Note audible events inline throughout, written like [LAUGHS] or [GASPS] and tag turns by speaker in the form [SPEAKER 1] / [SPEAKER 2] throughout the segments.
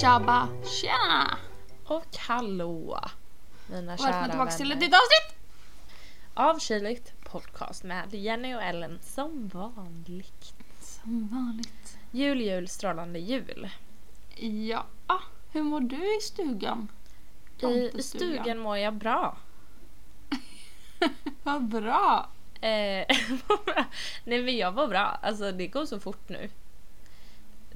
[SPEAKER 1] Tjabba tjena!
[SPEAKER 2] Och hallå! Mina
[SPEAKER 1] Välkomna
[SPEAKER 2] kära
[SPEAKER 1] tillbaka till ett
[SPEAKER 2] vänner.
[SPEAKER 1] nytt avsnitt!
[SPEAKER 2] Av Kyligt podcast med Jenny och Ellen som vanligt.
[SPEAKER 1] Som vanligt.
[SPEAKER 2] Jul, jul, strålande jul.
[SPEAKER 1] Ja, Ah, hur mår du i stugan?
[SPEAKER 2] I,
[SPEAKER 1] Tomtestugan.
[SPEAKER 2] I stugan mår jag bra.
[SPEAKER 1] Vad bra!
[SPEAKER 2] Eh, [LAUGHS] Nej men jag var bra. Alltså det går så fort nu.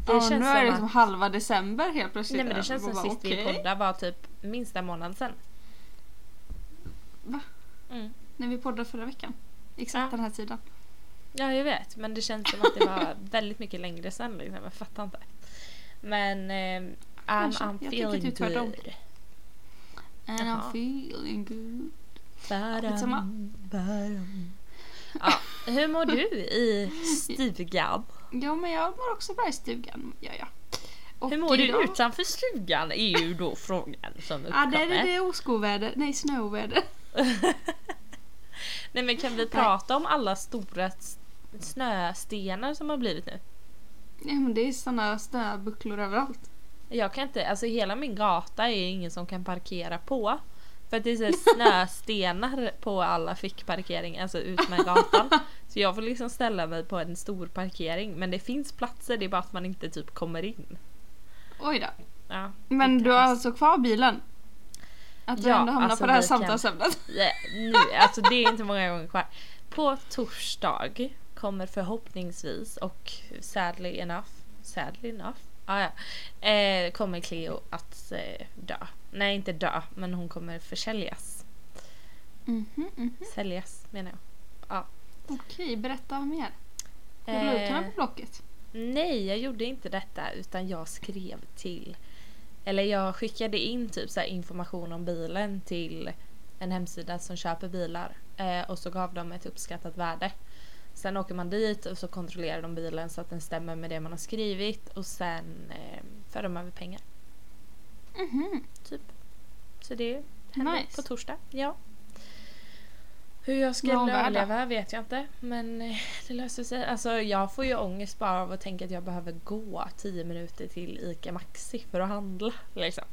[SPEAKER 2] Det
[SPEAKER 1] ja,
[SPEAKER 2] känns
[SPEAKER 1] nu
[SPEAKER 2] som
[SPEAKER 1] är det liksom
[SPEAKER 2] att...
[SPEAKER 1] halva december helt plötsligt.
[SPEAKER 2] Nej men
[SPEAKER 1] över.
[SPEAKER 2] det känns
[SPEAKER 1] Man
[SPEAKER 2] som
[SPEAKER 1] bara,
[SPEAKER 2] sist vi
[SPEAKER 1] okej.
[SPEAKER 2] poddade var typ minst en månad sedan.
[SPEAKER 1] Va?
[SPEAKER 2] Mm.
[SPEAKER 1] När vi poddade förra veckan. Exakt
[SPEAKER 2] Ja.
[SPEAKER 1] den här tiden.
[SPEAKER 2] Ja, jag vet. Men det känns som att
[SPEAKER 1] [LAUGHS]
[SPEAKER 2] det var väldigt mycket längre sen. Liksom. Jag fattar inte. Men eh, I'm,
[SPEAKER 1] Kanske.
[SPEAKER 2] I'm
[SPEAKER 1] Jag tycker
[SPEAKER 2] feeling
[SPEAKER 1] typ tvärtom.
[SPEAKER 2] good.
[SPEAKER 1] And I'm
[SPEAKER 2] Jaha.
[SPEAKER 1] feeling good. Skitsamma.
[SPEAKER 2] Badam, badam. Ja, hur mår du i stugan?
[SPEAKER 1] Ja men jag mår också bra i stugan. Ja, ja. Och
[SPEAKER 2] Hur mår du
[SPEAKER 1] idag-
[SPEAKER 2] utanför stugan är ju då frågan som
[SPEAKER 1] Ja, där är
[SPEAKER 2] uppkommer.
[SPEAKER 1] det oskoväder. Nej, snöoväder. [LAUGHS]
[SPEAKER 2] Nej men kan vi prata om alla stora s- snöstenar som har blivit nu?
[SPEAKER 1] Ja, men det är såna snöbucklor överallt.
[SPEAKER 2] Jag kan inte, alltså hela min gata är ingen som kan parkera på. För att det är
[SPEAKER 1] [LAUGHS]
[SPEAKER 2] så här snöstenar på alla fickparkeringar, alltså ut med gatan. Så jag får liksom ställa mig på en stor parkering. Men det finns platser, det är bara att man inte typ kommer in.
[SPEAKER 1] Oj då.
[SPEAKER 2] Ja,
[SPEAKER 1] Men
[SPEAKER 2] det
[SPEAKER 1] du har
[SPEAKER 2] kaos.
[SPEAKER 1] alltså kvar bilen? Att du
[SPEAKER 2] Ja,
[SPEAKER 1] ändå hamnar
[SPEAKER 2] alltså
[SPEAKER 1] på det här
[SPEAKER 2] vi kan-
[SPEAKER 1] samtalsämnet?
[SPEAKER 2] Nej, nu, alltså det är inte många gånger kvar. På torsdag kommer förhoppningsvis och sadly enough, sadly enough, ah, ja, eh, kommer Cleo att eh, dö. Nej inte dö, men hon kommer försäljas.
[SPEAKER 1] Mhm, mhm.
[SPEAKER 2] Säljas menar jag.
[SPEAKER 1] Okej, berätta mer. Jag la ut
[SPEAKER 2] Eh,
[SPEAKER 1] den här på Blocket.
[SPEAKER 2] Nej, jag gjorde inte detta utan jag skrev till eller jag skickade in typ så här information om bilen till en hemsida som köper bilar eh, och så gav de ett uppskattat värde. Sen åker man dit och så kontrollerar de bilen så att den stämmer med det man har skrivit och sen eh, för de över pengar. typ.
[SPEAKER 1] Mhm.
[SPEAKER 2] Så det händer
[SPEAKER 1] Nice.
[SPEAKER 2] på torsdag. Ja. Hur jag skulle
[SPEAKER 1] Vad är hon värd då?
[SPEAKER 2] överleva vet jag inte men eh, det löser sig. Alltså jag får ju ångest bara av att tänka att jag behöver gå 10 minuter till ICA Maxi för att handla. Liksom.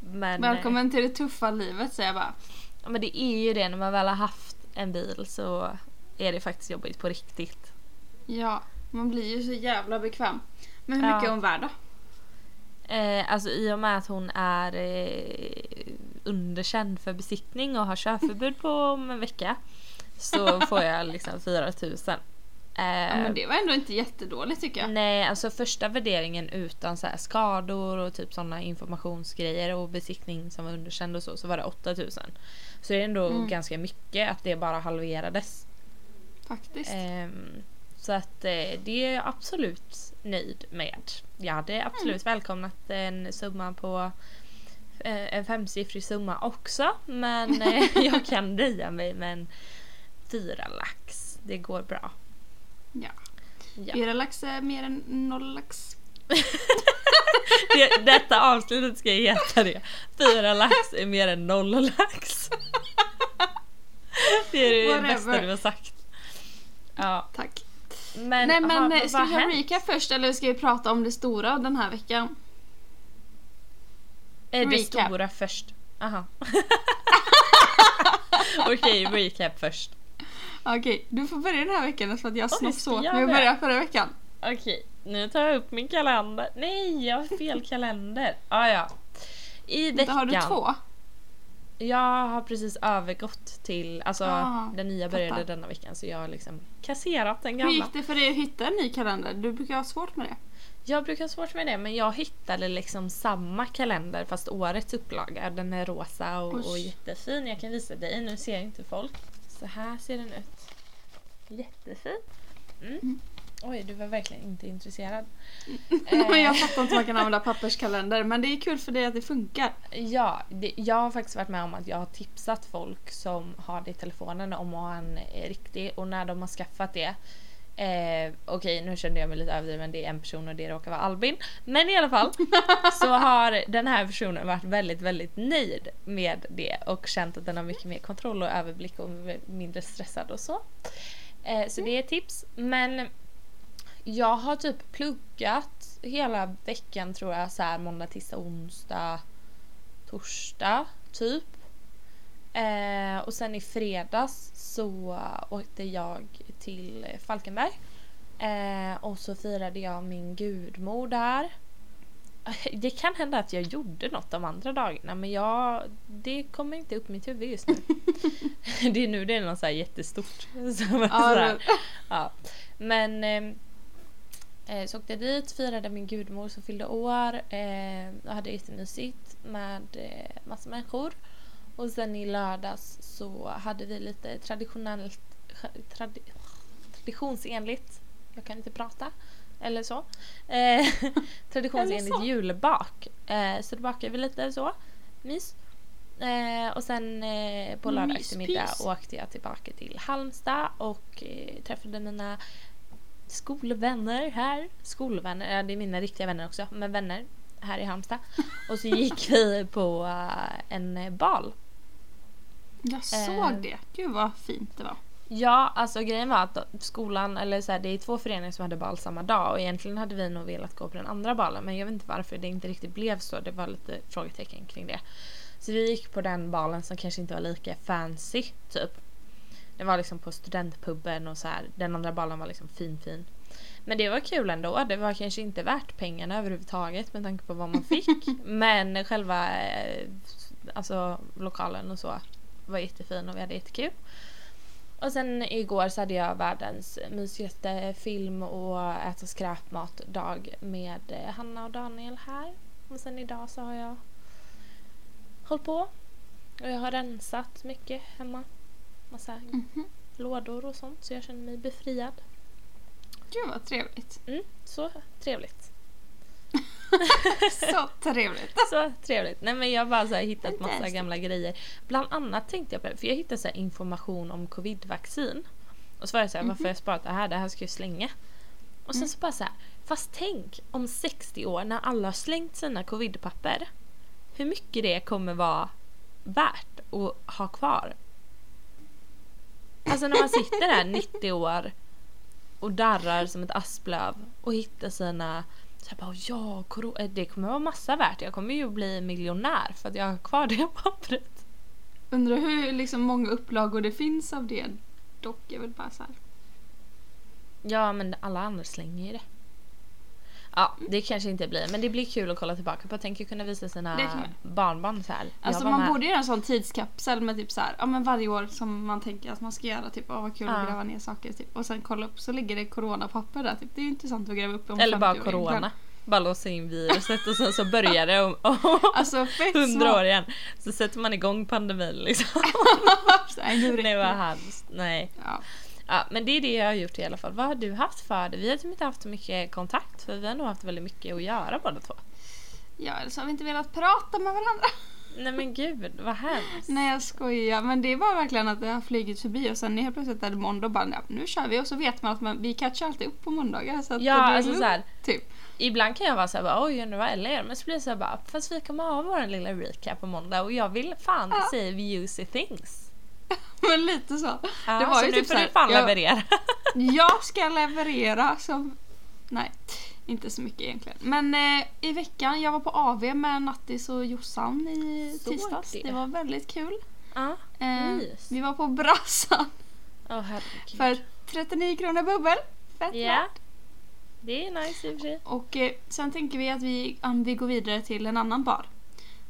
[SPEAKER 2] Men, eh,
[SPEAKER 1] Välkommen till det tuffa livet säger jag bara.
[SPEAKER 2] Ja, men det är ju det, när man väl har haft en bil så är det faktiskt jobbigt på riktigt.
[SPEAKER 1] Ja, man blir ju så jävla bekväm. Men hur
[SPEAKER 2] Ja.
[SPEAKER 1] mycket är hon värd då?
[SPEAKER 2] Eh, alltså i och med att hon är eh, underkänd för besiktning och har körförbud på om en vecka
[SPEAKER 1] [LAUGHS]
[SPEAKER 2] så får jag liksom 4000. Eh,
[SPEAKER 1] Ja, men det var ändå inte jättedåligt tycker jag.
[SPEAKER 2] Nej, alltså första värderingen utan så här skador och typ sådana informationsgrejer och besiktning som var underkänd och så, så var det 8000. Så det är ändå
[SPEAKER 1] Mm.
[SPEAKER 2] ganska mycket att det bara halverades.
[SPEAKER 1] Faktiskt.
[SPEAKER 2] Ehm, så att eh, det är jag absolut nöjd med. Jag
[SPEAKER 1] Mm.
[SPEAKER 2] hade absolut välkomnat en summa på eh, en femsiffrig summa också
[SPEAKER 1] [LAUGHS]
[SPEAKER 2] men eh, jag kan nöja mig med en fyra lax. Det går bra.
[SPEAKER 1] Ja.
[SPEAKER 2] Ja.
[SPEAKER 1] Fyra lax är mer än noll lax.
[SPEAKER 2] Det, detta avsnittet ska jag heta det. Fyra lax är mer än noll
[SPEAKER 1] [LAUGHS]
[SPEAKER 2] lax. Det är det
[SPEAKER 1] Whatever.
[SPEAKER 2] bästa du har sagt. Ja,
[SPEAKER 1] Tack.
[SPEAKER 2] men,
[SPEAKER 1] Nej
[SPEAKER 2] ha-
[SPEAKER 1] men eh,
[SPEAKER 2] vad
[SPEAKER 1] ska vi
[SPEAKER 2] har
[SPEAKER 1] göra
[SPEAKER 2] hänt?
[SPEAKER 1] recap först eller ska vi prata om det stora den här veckan?
[SPEAKER 2] Är det
[SPEAKER 1] Recap.
[SPEAKER 2] stora först? [LAUGHS] Aha. Okej, recap först.
[SPEAKER 1] Okej, du får börja den här veckan för att jag
[SPEAKER 2] Oj,
[SPEAKER 1] snofs
[SPEAKER 2] ska
[SPEAKER 1] åt
[SPEAKER 2] jag
[SPEAKER 1] mig att
[SPEAKER 2] det?
[SPEAKER 1] börja förra veckan.
[SPEAKER 2] Okej, nu tar jag upp min kalender. Nej, jag har fel kalender. Ah, ja. I
[SPEAKER 1] Då
[SPEAKER 2] veckan.
[SPEAKER 1] har du två.
[SPEAKER 2] Jag har precis övergått till, alltså
[SPEAKER 1] Ah,
[SPEAKER 2] den nya började
[SPEAKER 1] fattar.
[SPEAKER 2] denna veckan så jag har liksom kasserat den
[SPEAKER 1] Hur
[SPEAKER 2] gamla.
[SPEAKER 1] gick det för dig att hitta en ny kalender? Du brukar ha svårt med det.
[SPEAKER 2] Jag brukar ha svårt med det men jag hittade liksom samma kalender fast årets upplaga. Den är rosa och, och
[SPEAKER 1] Oj.
[SPEAKER 2] jättefin. Jag kan visa dig. Nu ser inte folk. Så här ser den ut. Jättefin. Mm. Oj, du var verkligen inte intresserad. Eh.
[SPEAKER 1] Men [LAUGHS] jag fattar inte hur man kan använda papperskalender men det är kul för dig att det funkar.
[SPEAKER 2] Ja, det, jag har faktiskt varit med om att jag har tipsat folk som har det i telefonen om att ha en eh, riktig och när de har skaffat det. Eh, Okej, nu kände jag mig lite överdriven, det är en person och det råkar vara Albin. Men i alla fall så har den här personen varit väldigt, väldigt nöjd med det och känt att den har mycket mer kontroll och överblick och är mindre stressad och så. Eh, så det är ett tips. Men Jag har typ pluggat hela veckan tror jag. Så här måndag, tisdag, onsdag, torsdag typ. Eh, och sen i fredags så åkte jag till Falkenberg. Eh, och så firade jag min gudmor där. [LAUGHS] Det kan hända att jag gjorde något de andra dagarna men jag, det kommer inte upp i mitt huvud just nu. [LAUGHS] det är nu det är något så här jättestort. [LAUGHS] Som är så
[SPEAKER 1] Ja,
[SPEAKER 2] här.
[SPEAKER 1] det-
[SPEAKER 2] Ja. Men ehm, eh, så åkte jag dit, firade min gudmor som fyllde år. Eh, jag hade jättemysigt med eh, massa människor. Och sen i lördags så hade vi lite traditionellt, tradi, traditionsenligt, jag kan inte prata, eller så. Eh, [LAUGHS] traditionsenligt
[SPEAKER 1] Eller så.
[SPEAKER 2] julbak. Eh, så då bakade vi lite så, mys. Eh, och sen eh, på lördag
[SPEAKER 1] Myspys.
[SPEAKER 2] eftermiddag åkte jag tillbaka till Halmstad och eh, träffade mina skolvänner här. Skolvänner, ja det är mina riktiga vänner också, men vänner här i Halmstad. Och så gick vi på eh, en bal.
[SPEAKER 1] Jag
[SPEAKER 2] Eh.
[SPEAKER 1] såg det. Gud vad fint det var.
[SPEAKER 2] Ja, alltså grejen var att skolan, eller så här, det är två föreningar som hade bal samma dag och egentligen hade vi nog velat gå på den andra balen men jag vet inte varför det inte riktigt blev så. Det var lite frågetecken kring det. Så vi gick på den balen som kanske inte var lika fancy typ. Det var liksom på studentpubben och så här. Den andra balen var liksom fin fin. Men det var kul ändå. Det var kanske inte värt pengarna överhuvudtaget med tanke på vad man fick. men själva eh, alltså, lokalen och så var jättefin och vi hade jättekul. Och sen igår så hade jag världens mysigaste film och äta skräpmat-dag med eh, Hanna och Daniel här. Och sen idag så har jag hållit på. Och jag har rensat mycket hemma. Massa lådor och sånt så jag känner mig befriad.
[SPEAKER 1] Gud vad
[SPEAKER 2] [LAUGHS]
[SPEAKER 1] trevligt.
[SPEAKER 2] Mm, så trevligt.
[SPEAKER 1] Så trevligt.
[SPEAKER 2] [LAUGHS] Så trevligt. Nej men jag har bara så här hittat massa
[SPEAKER 1] Fantastiskt.
[SPEAKER 2] gamla grejer. Bland annat tänkte jag på det, för jag hittade så här information om covidvaccin. Och så var jag såhär, varför har jag sparat det här? Det här ska jag ju slänga. Och sen så bara så här, fast tänk om 60 år när alla har slängt sina covidpapper. Hur mycket det kommer vara värt att ha kvar. Alltså när man sitter där 90 år och darrar som ett asplöv och hittar sina så här bara, ja, koro- eh, det kommer vara massa värt. Jag kommer ju bli miljonär för att jag har kvar [LAUGHS] det pappret.
[SPEAKER 1] Undrar hur liksom, många upplagor det finns av det. Dock, jag vill bara så här.
[SPEAKER 2] Ja, men alla andra slänger ju det. Ja, det kanske inte blir, men det blir kul att kolla tillbaka på. Tänk att kunna visa sina
[SPEAKER 1] Det kan
[SPEAKER 2] barnbarn så här. Jag
[SPEAKER 1] Alltså
[SPEAKER 2] var
[SPEAKER 1] man
[SPEAKER 2] med.
[SPEAKER 1] borde göra en sån tidskapsel med typ så här, ja men varje år som man tänker att man ska göra typ, åh vad kul
[SPEAKER 2] Ja.
[SPEAKER 1] att gräva ner saker typ. Och sen kolla upp så ligger det coronapapper där typ. Det är ju intressant att gräva upp om
[SPEAKER 2] Eller bara
[SPEAKER 1] 50 år egentligen.
[SPEAKER 2] corona. Bara låsa in viruset och sen så börjar det om
[SPEAKER 1] [LAUGHS] Alltså fett
[SPEAKER 2] hundra år
[SPEAKER 1] smart.
[SPEAKER 2] igen. Så sätter man igång pandemin liksom.
[SPEAKER 1] Så här, nu
[SPEAKER 2] Det
[SPEAKER 1] räcker
[SPEAKER 2] var
[SPEAKER 1] det.
[SPEAKER 2] hans. Nej.
[SPEAKER 1] Ja.
[SPEAKER 2] Ja, men det är det jag har gjort i alla fall. Vad har du haft för det? Vi har typ inte haft så mycket kontakt för vi har nog haft väldigt mycket att göra båda två.
[SPEAKER 1] ja, eller så har vi inte velat prata med varandra.
[SPEAKER 2] Nej men gud, vad hemskt.
[SPEAKER 1] Nej jag skojar, men det var verkligen att det har flugit förbi och sen helt plötsligt är det måndag och bara ja, nu kör vi och så vet man att man, vi catchar alltid upp på måndagar. Så att
[SPEAKER 2] Ja,
[SPEAKER 1] det blir
[SPEAKER 2] alltså
[SPEAKER 1] lugnt,
[SPEAKER 2] så här,
[SPEAKER 1] typ.
[SPEAKER 2] Ibland kan jag vara såhär, bara, oj undrar vad Ella gör. Men så blir det såhär, bara, fast vi kommer ha vår lilla recap på måndag och jag vill fan
[SPEAKER 1] Ja.
[SPEAKER 2] säga juicy things.
[SPEAKER 1] Men lite så.
[SPEAKER 2] Ja,
[SPEAKER 1] Det var
[SPEAKER 2] så
[SPEAKER 1] ju
[SPEAKER 2] nu
[SPEAKER 1] typ
[SPEAKER 2] får
[SPEAKER 1] så här,
[SPEAKER 2] du fan
[SPEAKER 1] jag-
[SPEAKER 2] leverera.
[SPEAKER 1] Jag ska leverera som... Nej, inte så mycket egentligen. Men eh, i veckan, jag var på AV med Nattis och Jossan i
[SPEAKER 2] Såg
[SPEAKER 1] tisdags.
[SPEAKER 2] det.
[SPEAKER 1] Det. var väldigt kul.
[SPEAKER 2] [LAUGHS] Ja,
[SPEAKER 1] Eh,
[SPEAKER 2] nice.
[SPEAKER 1] Vi var på Brassan
[SPEAKER 2] Åh herregud.
[SPEAKER 1] för 39 kronor bubbel. Fett
[SPEAKER 2] Ja.
[SPEAKER 1] värt.
[SPEAKER 2] Det är nice i och för sig.
[SPEAKER 1] Och eh, sen tänker vi att vi, om vi går vidare till en annan bar.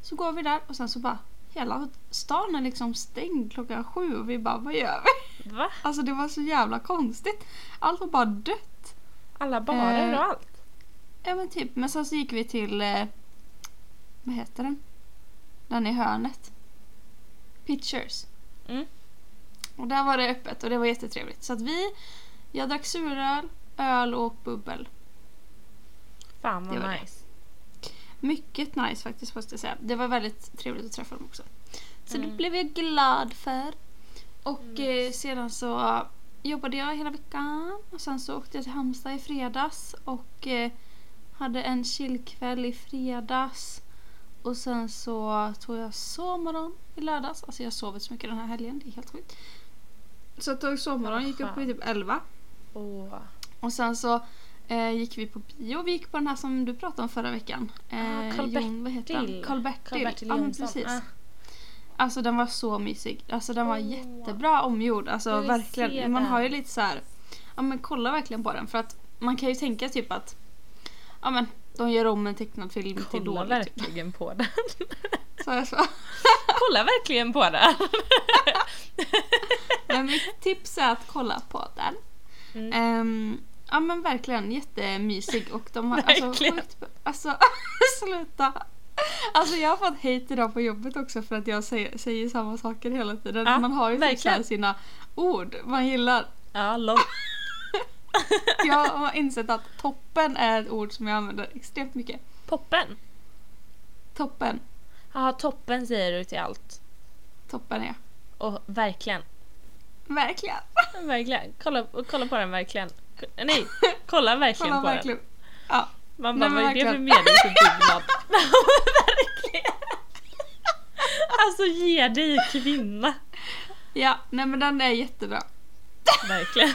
[SPEAKER 1] Så går vi där och sen så bara Hela stan är liksom stängd klockan sju och vi bara vad gör vi? [LAUGHS]
[SPEAKER 2] Va?
[SPEAKER 1] Alltså det var så jävla konstigt. Allt var bara dött.
[SPEAKER 2] Alla barer
[SPEAKER 1] Eh,
[SPEAKER 2] och allt.
[SPEAKER 1] Ja men typ, men sen så gick vi till, eh, vad heter den? Den i hörnet. Pictures.
[SPEAKER 2] Mm.
[SPEAKER 1] Och där var det öppet och det var jättetrevligt. Så att vi, jag drack suröl, öl och bubbel.
[SPEAKER 2] Fan
[SPEAKER 1] det
[SPEAKER 2] vad
[SPEAKER 1] var det.
[SPEAKER 2] nice.
[SPEAKER 1] Mycket nice faktiskt måste jag säga. Det var väldigt trevligt att träffa dem också. Så
[SPEAKER 2] Mm.
[SPEAKER 1] det blev jag glad för. Och eh, sedan så jobbade jag hela veckan och sen så åkte jag till Halmstad i fredags och eh, hade en chillkväll i fredags. Och sen så tog jag sovmorgon i lördags. Alltså jag har sovit så mycket den här helgen, det är helt sjukt. Så jag tog sovmorgon, gick upp vid typ 11.
[SPEAKER 2] Åh.
[SPEAKER 1] Och sen så eh, gick vi på bio. Vi gick på den här som du pratade om förra veckan.
[SPEAKER 2] Ah, Carl
[SPEAKER 1] Eh, Jon- vad heter han?
[SPEAKER 2] Bertil.
[SPEAKER 1] Carl Bertil.
[SPEAKER 2] Karl-Bertil
[SPEAKER 1] Ja, men
[SPEAKER 2] Jonsson.
[SPEAKER 1] precis.
[SPEAKER 2] Ah,
[SPEAKER 1] Alltså den var så mysig. Alltså den var
[SPEAKER 2] Åh.
[SPEAKER 1] jättebra omgjord.
[SPEAKER 2] Jag
[SPEAKER 1] Alltså
[SPEAKER 2] vill se
[SPEAKER 1] verkligen. Man
[SPEAKER 2] den.
[SPEAKER 1] har ju lite så här. Ja men kolla verkligen på den för att man kan ju tänka typ att ja men de gör om en tecknad film till
[SPEAKER 2] kolla
[SPEAKER 1] dålig. Typ.
[SPEAKER 2] verkligen [LAUGHS] på den.
[SPEAKER 1] Så jag så.
[SPEAKER 2] kolla verkligen på den.
[SPEAKER 1] [LAUGHS] Men mitt tips är att kolla på den.
[SPEAKER 2] Mm.
[SPEAKER 1] Ehm, ja men verkligen jättemysig och de har alltså
[SPEAKER 2] Verkligen.
[SPEAKER 1] sjukt... Alltså [LAUGHS] sluta! Alltså jag har fått hate idag på jobbet också för att jag säger, säger samma saker hela tiden.
[SPEAKER 2] Ja,
[SPEAKER 1] man har ju typ så här
[SPEAKER 2] verkligen.
[SPEAKER 1] sina ord man gillar.
[SPEAKER 2] Ja, lol.
[SPEAKER 1] Jag har insett att toppen är ett ord som jag använder extremt mycket.
[SPEAKER 2] Poppen.
[SPEAKER 1] Toppen,
[SPEAKER 2] Ja, toppen säger du till allt.
[SPEAKER 1] toppen är
[SPEAKER 2] Och verkligen. [LAUGHS]
[SPEAKER 1] Verkligen!
[SPEAKER 2] Verkligen. Kolla, kolla på den verkligen. K- Nej, kolla verkligen
[SPEAKER 1] Kolla
[SPEAKER 2] på
[SPEAKER 1] verkligen. Ja.
[SPEAKER 2] den. Man
[SPEAKER 1] Nej,
[SPEAKER 2] bara,
[SPEAKER 1] men
[SPEAKER 2] vad är det för
[SPEAKER 1] verkligen.
[SPEAKER 2] [LAUGHS] meningsutbyggnad? verkligen. Alltså ge dig kvinna.
[SPEAKER 1] ja, nej men den är jättebra.
[SPEAKER 2] Verkligen.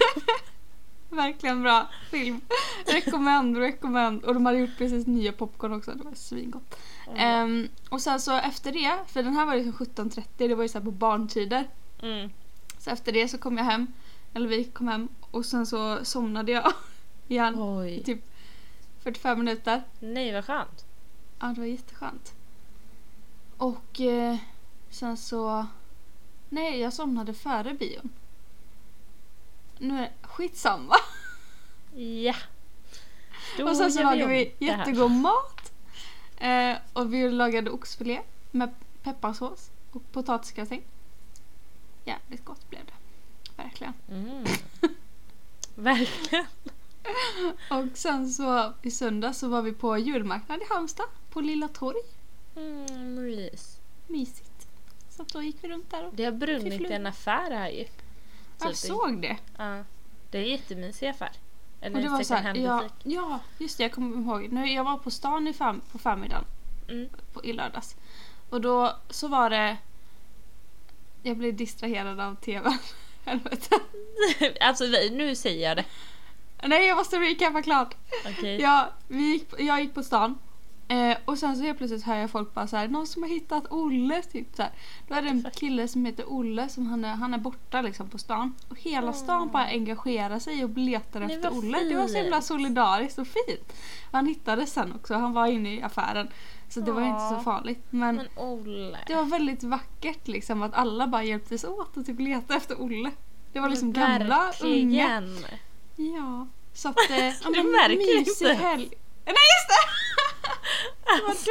[SPEAKER 1] Verkligen bra film. Rekommend, rekommend. Och de hade gjort precis nya popcorn också, det var svingott. Ehm, och sen så efter det, för den här var ju liksom 17.30, det var ju så här på barntider.
[SPEAKER 2] Mm.
[SPEAKER 1] Så efter det så kom jag hem, eller vi kom hem och sen så somnade jag [LAUGHS] igen i
[SPEAKER 2] Oj.
[SPEAKER 1] typ 45 minuter.
[SPEAKER 2] Nej, vad skönt.
[SPEAKER 1] Ja, det var jätteskönt. Och eh, sen så... Nej, jag somnade före bion. Nu är det skitsamma.
[SPEAKER 2] Ja. Då
[SPEAKER 1] och sen så
[SPEAKER 2] gör
[SPEAKER 1] lagade
[SPEAKER 2] om
[SPEAKER 1] vi
[SPEAKER 2] det här.
[SPEAKER 1] jättegod mat. Eh, och vi lagade oxfilé med pepparsås och potatisgratäng. Jävligt gott blev det. Verkligen.
[SPEAKER 2] Mm. Verkligen.
[SPEAKER 1] Och sen så i söndag så var vi på julmarknad i Halmstad på Lilla Torg.
[SPEAKER 2] Mm, mys.
[SPEAKER 1] Mysigt. Så att då gick vi runt där och
[SPEAKER 2] Det har brunnit
[SPEAKER 1] Fifflor.
[SPEAKER 2] i en affär här ju.
[SPEAKER 1] jag
[SPEAKER 2] Typ i-
[SPEAKER 1] såg det.
[SPEAKER 2] Ja. Det är en jättemysig affär. Eller
[SPEAKER 1] Och det
[SPEAKER 2] en
[SPEAKER 1] var så
[SPEAKER 2] second
[SPEAKER 1] här, ja,
[SPEAKER 2] hand-butik.
[SPEAKER 1] ja, just det, jag kommer ihåg. Nu, jag var på stan i fem, på förmiddagen
[SPEAKER 2] Mm. [LAUGHS]
[SPEAKER 1] på, i lördags. Och då så var det... Jag blev distraherad av tvn. [LAUGHS] Helvete.
[SPEAKER 2] alltså vi, nu säger jag det.
[SPEAKER 1] Nej, jag måste recapa klart.
[SPEAKER 2] Okej.
[SPEAKER 1] Ja, vi gick, jag gick på stan. Eh, och sen så helt plötsligt hör jag folk bara så här, någon som har hittat Olle typ så här. Då är det en kille som heter Olle som han är, han är borta liksom på stan. Och hela stan
[SPEAKER 2] Mm.
[SPEAKER 1] bara engagerar sig och letar
[SPEAKER 2] Nej,
[SPEAKER 1] efter
[SPEAKER 2] vad
[SPEAKER 1] Olle. Det var så himla
[SPEAKER 2] fint.
[SPEAKER 1] solidariskt och fint. Och han hittades sen också, han var inne i affären. Så det var ju inte så
[SPEAKER 2] Ja.
[SPEAKER 1] farligt. Men,
[SPEAKER 2] Men Olle.
[SPEAKER 1] det var väldigt vackert liksom att alla bara hjälptes åt och typ letade efter Olle. Det var liksom gamla, unga.
[SPEAKER 2] [LAUGHS] Verkligen.
[SPEAKER 1] Ja, så
[SPEAKER 2] [LAUGHS]
[SPEAKER 1] att... Eh, ja,
[SPEAKER 2] Du
[SPEAKER 1] men
[SPEAKER 2] märker
[SPEAKER 1] mysig
[SPEAKER 2] inte.
[SPEAKER 1] helg. Nej just
[SPEAKER 2] [LAUGHS] Alltså,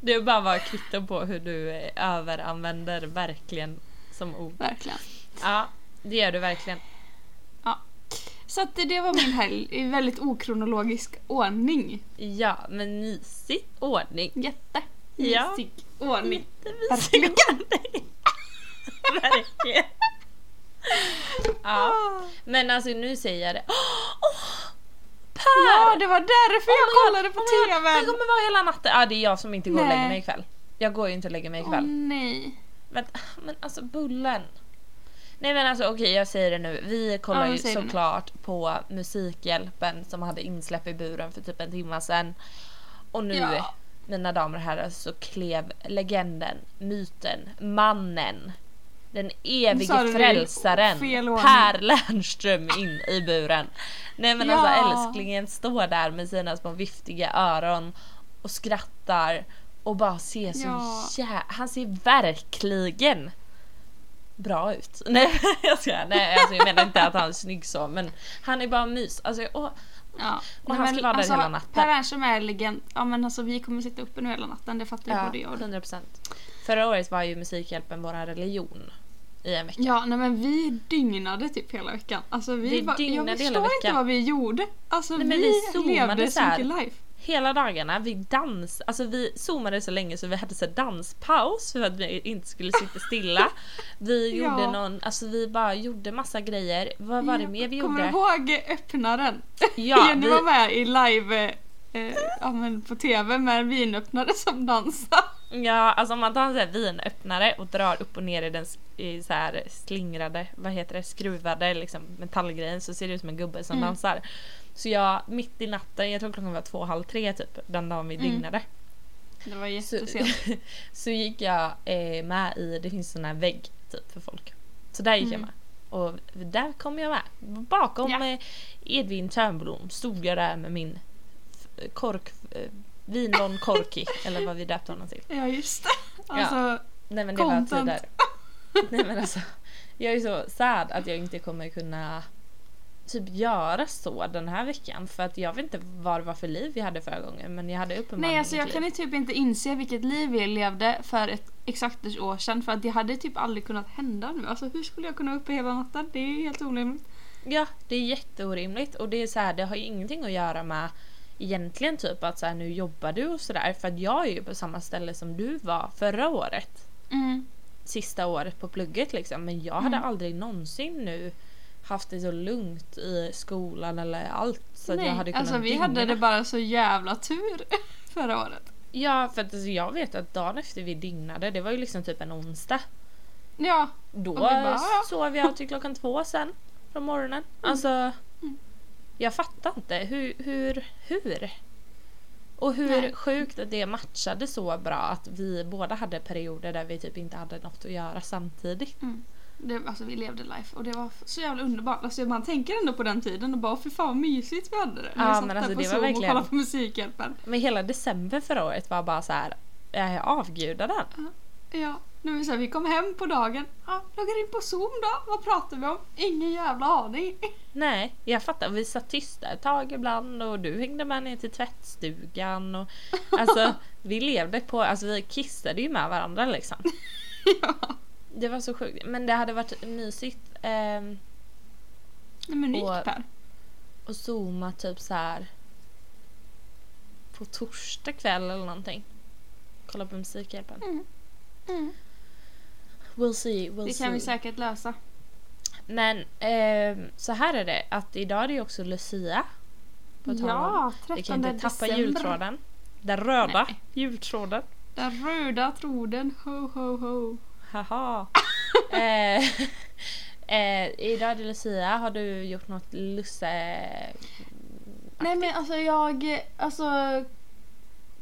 [SPEAKER 2] det är bara var kvitto på hur du eh, överanvänder verkligen som ord.
[SPEAKER 1] det! Verkligen.
[SPEAKER 2] Ja, det gör du verkligen.
[SPEAKER 1] Så att eh, det- det var min helg i väldigt okronologisk ordning.
[SPEAKER 2] Ja, men mysig ordning.
[SPEAKER 1] Jätte.
[SPEAKER 2] Ja.
[SPEAKER 1] Mysig ordning.
[SPEAKER 2] Jättemysig ordning. Verkligen. [LAUGHS] Ja,
[SPEAKER 1] Ah.
[SPEAKER 2] men alltså nu säger jag det. [GASPS] Åh, Per!
[SPEAKER 1] Ja, det var därför jag
[SPEAKER 2] my
[SPEAKER 1] kollade
[SPEAKER 2] God,
[SPEAKER 1] på
[SPEAKER 2] oh my God, Det
[SPEAKER 1] TVn.
[SPEAKER 2] kommer vara hela natten. Ja, det är jag som inte går och
[SPEAKER 1] Nej.
[SPEAKER 2] lägger mig ikväll. Jag går ju inte och lägger mig
[SPEAKER 1] Åh
[SPEAKER 2] ikväll.
[SPEAKER 1] nej.
[SPEAKER 2] Men, men alltså bullen. Nej men alltså okej jag säger det nu. Vi kollar
[SPEAKER 1] Ja,
[SPEAKER 2] ju
[SPEAKER 1] säg det nu.
[SPEAKER 2] såklart på Musikhjälpen som hade insläpp i buren för typ en timma sedan. Och nu
[SPEAKER 1] Ja.
[SPEAKER 2] mina damer och herrar så klev legenden, myten, mannen, den
[SPEAKER 1] sa du
[SPEAKER 2] evige
[SPEAKER 1] det i
[SPEAKER 2] frälsaren
[SPEAKER 1] fel ordning.
[SPEAKER 2] Per Lernström in i buren. Nej men
[SPEAKER 1] Ja.
[SPEAKER 2] alltså älsklingen står där med sina små viftiga öron och skrattar och bara ser så
[SPEAKER 1] Ja.
[SPEAKER 2] jä... Han ser verkligen bra ut. [LAUGHS] Nej jag ska, nej alltså jag menar inte att han är snygg så men han är bara mys. Alltså, och,
[SPEAKER 1] Ja.
[SPEAKER 2] Och
[SPEAKER 1] Nej,
[SPEAKER 2] han
[SPEAKER 1] men
[SPEAKER 2] ska vara där hela natten.
[SPEAKER 1] Per Ernström är legend. Ja men alltså vi kommer sitta uppe nu hela natten, det fattar ju både jag och du.
[SPEAKER 2] 100%. Förra året var ju Musikhjälpen vår religion i en vecka.
[SPEAKER 1] Ja, nej men vi dygnade typ hela veckan. Alltså vi
[SPEAKER 2] Vi
[SPEAKER 1] var, jag
[SPEAKER 2] dygnade hela
[SPEAKER 1] förstår inte
[SPEAKER 2] veckan.
[SPEAKER 1] vad vi gjorde. Alltså
[SPEAKER 2] Nej,
[SPEAKER 1] vi,
[SPEAKER 2] men vi zoomade
[SPEAKER 1] levde
[SPEAKER 2] så
[SPEAKER 1] så
[SPEAKER 2] här.
[SPEAKER 1] mycket life.
[SPEAKER 2] Hela dagarna, vi dans, alltså vi zoomade så länge så vi hade så här danspaus för att vi inte skulle sitta stilla. Vi
[SPEAKER 1] [LAUGHS] Ja.
[SPEAKER 2] gjorde någon, alltså vi bara gjorde massa grejer. Vad var det mer vi
[SPEAKER 1] Kommer
[SPEAKER 2] gjorde?
[SPEAKER 1] du ihåg öppnaren? [LAUGHS]
[SPEAKER 2] Ja,
[SPEAKER 1] Jenny
[SPEAKER 2] vi-
[SPEAKER 1] var med i live eh, eh, ja, men på tv med en vinöppnare som dansade.
[SPEAKER 2] Ja, alltså om man tar en sån här vinöppnare och drar upp och ner i den s- i så här slingrade, vad heter det, skruvade liksom, metallgrejen så ser det ut som en gubbe som
[SPEAKER 1] Mm.
[SPEAKER 2] dansar. Så jag, mitt i natten, jag tror klockan var två, halv tre typ, den dagen vi
[SPEAKER 1] Mm.
[SPEAKER 2] dygnade.
[SPEAKER 1] Det var
[SPEAKER 2] Så,
[SPEAKER 1] jättesent.
[SPEAKER 2] [LAUGHS] så gick jag eh, med i, det finns sån här vägg typ för folk. Så där gick jag
[SPEAKER 1] Mm.
[SPEAKER 2] med. Och där kom jag med. Bakom
[SPEAKER 1] Ja.
[SPEAKER 2] eh, Edvin Törnblom stod jag där med min f- kork, eh, vinlon
[SPEAKER 1] [LAUGHS]
[SPEAKER 2] korki, eller vad vi döpte honom till.
[SPEAKER 1] Ja just det. Alltså,
[SPEAKER 2] Nej men det var
[SPEAKER 1] Content.
[SPEAKER 2] tider.
[SPEAKER 1] [LAUGHS]
[SPEAKER 2] Nej men alltså. Jag är så sad att jag inte kommer kunna typ göra så den här veckan. För att jag vet inte vad det var för liv jag hade förra gången. Men jag hade uppenbarligen
[SPEAKER 1] nej alltså
[SPEAKER 2] ett
[SPEAKER 1] jag kan
[SPEAKER 2] liv.
[SPEAKER 1] ju typ inte inse vilket liv vi levde för ett, exakt ett år sedan för att det hade typ aldrig kunnat hända nu. Alltså hur skulle jag kunna vara uppe hela natten? Det är ju helt orimligt.
[SPEAKER 2] Ja, det är jätteorimligt. Och det är så här, det har ju ingenting att göra med egentligen typ att så här, nu jobbar du och sådär. För att jag är ju på samma ställe som du var förra året.
[SPEAKER 1] Mm.
[SPEAKER 2] sista året på plugget liksom. Men jag hade
[SPEAKER 1] Mm.
[SPEAKER 2] aldrig någonsin nu haft det så lugnt i skolan eller allt. Så att
[SPEAKER 1] nej,
[SPEAKER 2] jag hade kunnat
[SPEAKER 1] alltså vi
[SPEAKER 2] dygna.
[SPEAKER 1] hade det bara så jävla tur [LAUGHS] förra året.
[SPEAKER 2] Ja, för att alltså, jag vet att dagen efter vi dygnade, det var ju liksom typ en onsdag.
[SPEAKER 1] Ja,
[SPEAKER 2] Då
[SPEAKER 1] Och vi bara, "Ah." Mm. ja.
[SPEAKER 2] sov jag till klockan två sen på morgonen. Alltså, jag fattar inte. Hur, hur, hur? Och hur
[SPEAKER 1] Nej.
[SPEAKER 2] sjukt att det matchade så bra att vi båda hade perioder där vi typ inte hade något att göra samtidigt.
[SPEAKER 1] det, alltså vi levde life och det var så jävla underbart. Alltså man tänker ändå på den tiden och bara fy fan vad mysigt vi hade det. När
[SPEAKER 2] Ja,
[SPEAKER 1] vi satt
[SPEAKER 2] men
[SPEAKER 1] där
[SPEAKER 2] alltså,
[SPEAKER 1] på
[SPEAKER 2] det var
[SPEAKER 1] Zoom
[SPEAKER 2] verkligen-
[SPEAKER 1] och kollade på Musikhjälpen.
[SPEAKER 2] Men hela december förra året var bara så här. Jag är avgudad.
[SPEAKER 1] Ja, nu är så här, vi kom hem på dagen. Ja, loggar in på zoom då. Vad pratar vi om? Ingen jävla aning. [LAUGHS]
[SPEAKER 2] Nej, jag fattar. Vi satt tysta ett tag ibland och du hängde med ner till tvättstugan. [LAUGHS] Och, alltså, vi levde på... Alltså vi kissade ju med varandra [LAUGHS] liksom.
[SPEAKER 1] ja.
[SPEAKER 2] Det var så sjukt. Men det hade varit mysigt ehm,
[SPEAKER 1] Nej men
[SPEAKER 2] Och-
[SPEAKER 1] nytt Per.
[SPEAKER 2] att zooma typ så här på torsdag kväll eller någonting. Kolla på Musikhjälpen. We'll see, we'll
[SPEAKER 1] Det
[SPEAKER 2] see.
[SPEAKER 1] kan vi säkert lösa.
[SPEAKER 2] Men ehm, så här är det att idag är det ju också Lucia. På tal om-
[SPEAKER 1] Ja, 13
[SPEAKER 2] Vi kan inte tappa
[SPEAKER 1] december.
[SPEAKER 2] jultråden. Den röda jultråden.
[SPEAKER 1] Den röda tråden, ho ho ho. [LAUGHS]
[SPEAKER 2] Haha. eh, [LAUGHS] eh, idag är det Lucia. Har du gjort något lusse...
[SPEAKER 1] Nej men alltså jag alltså,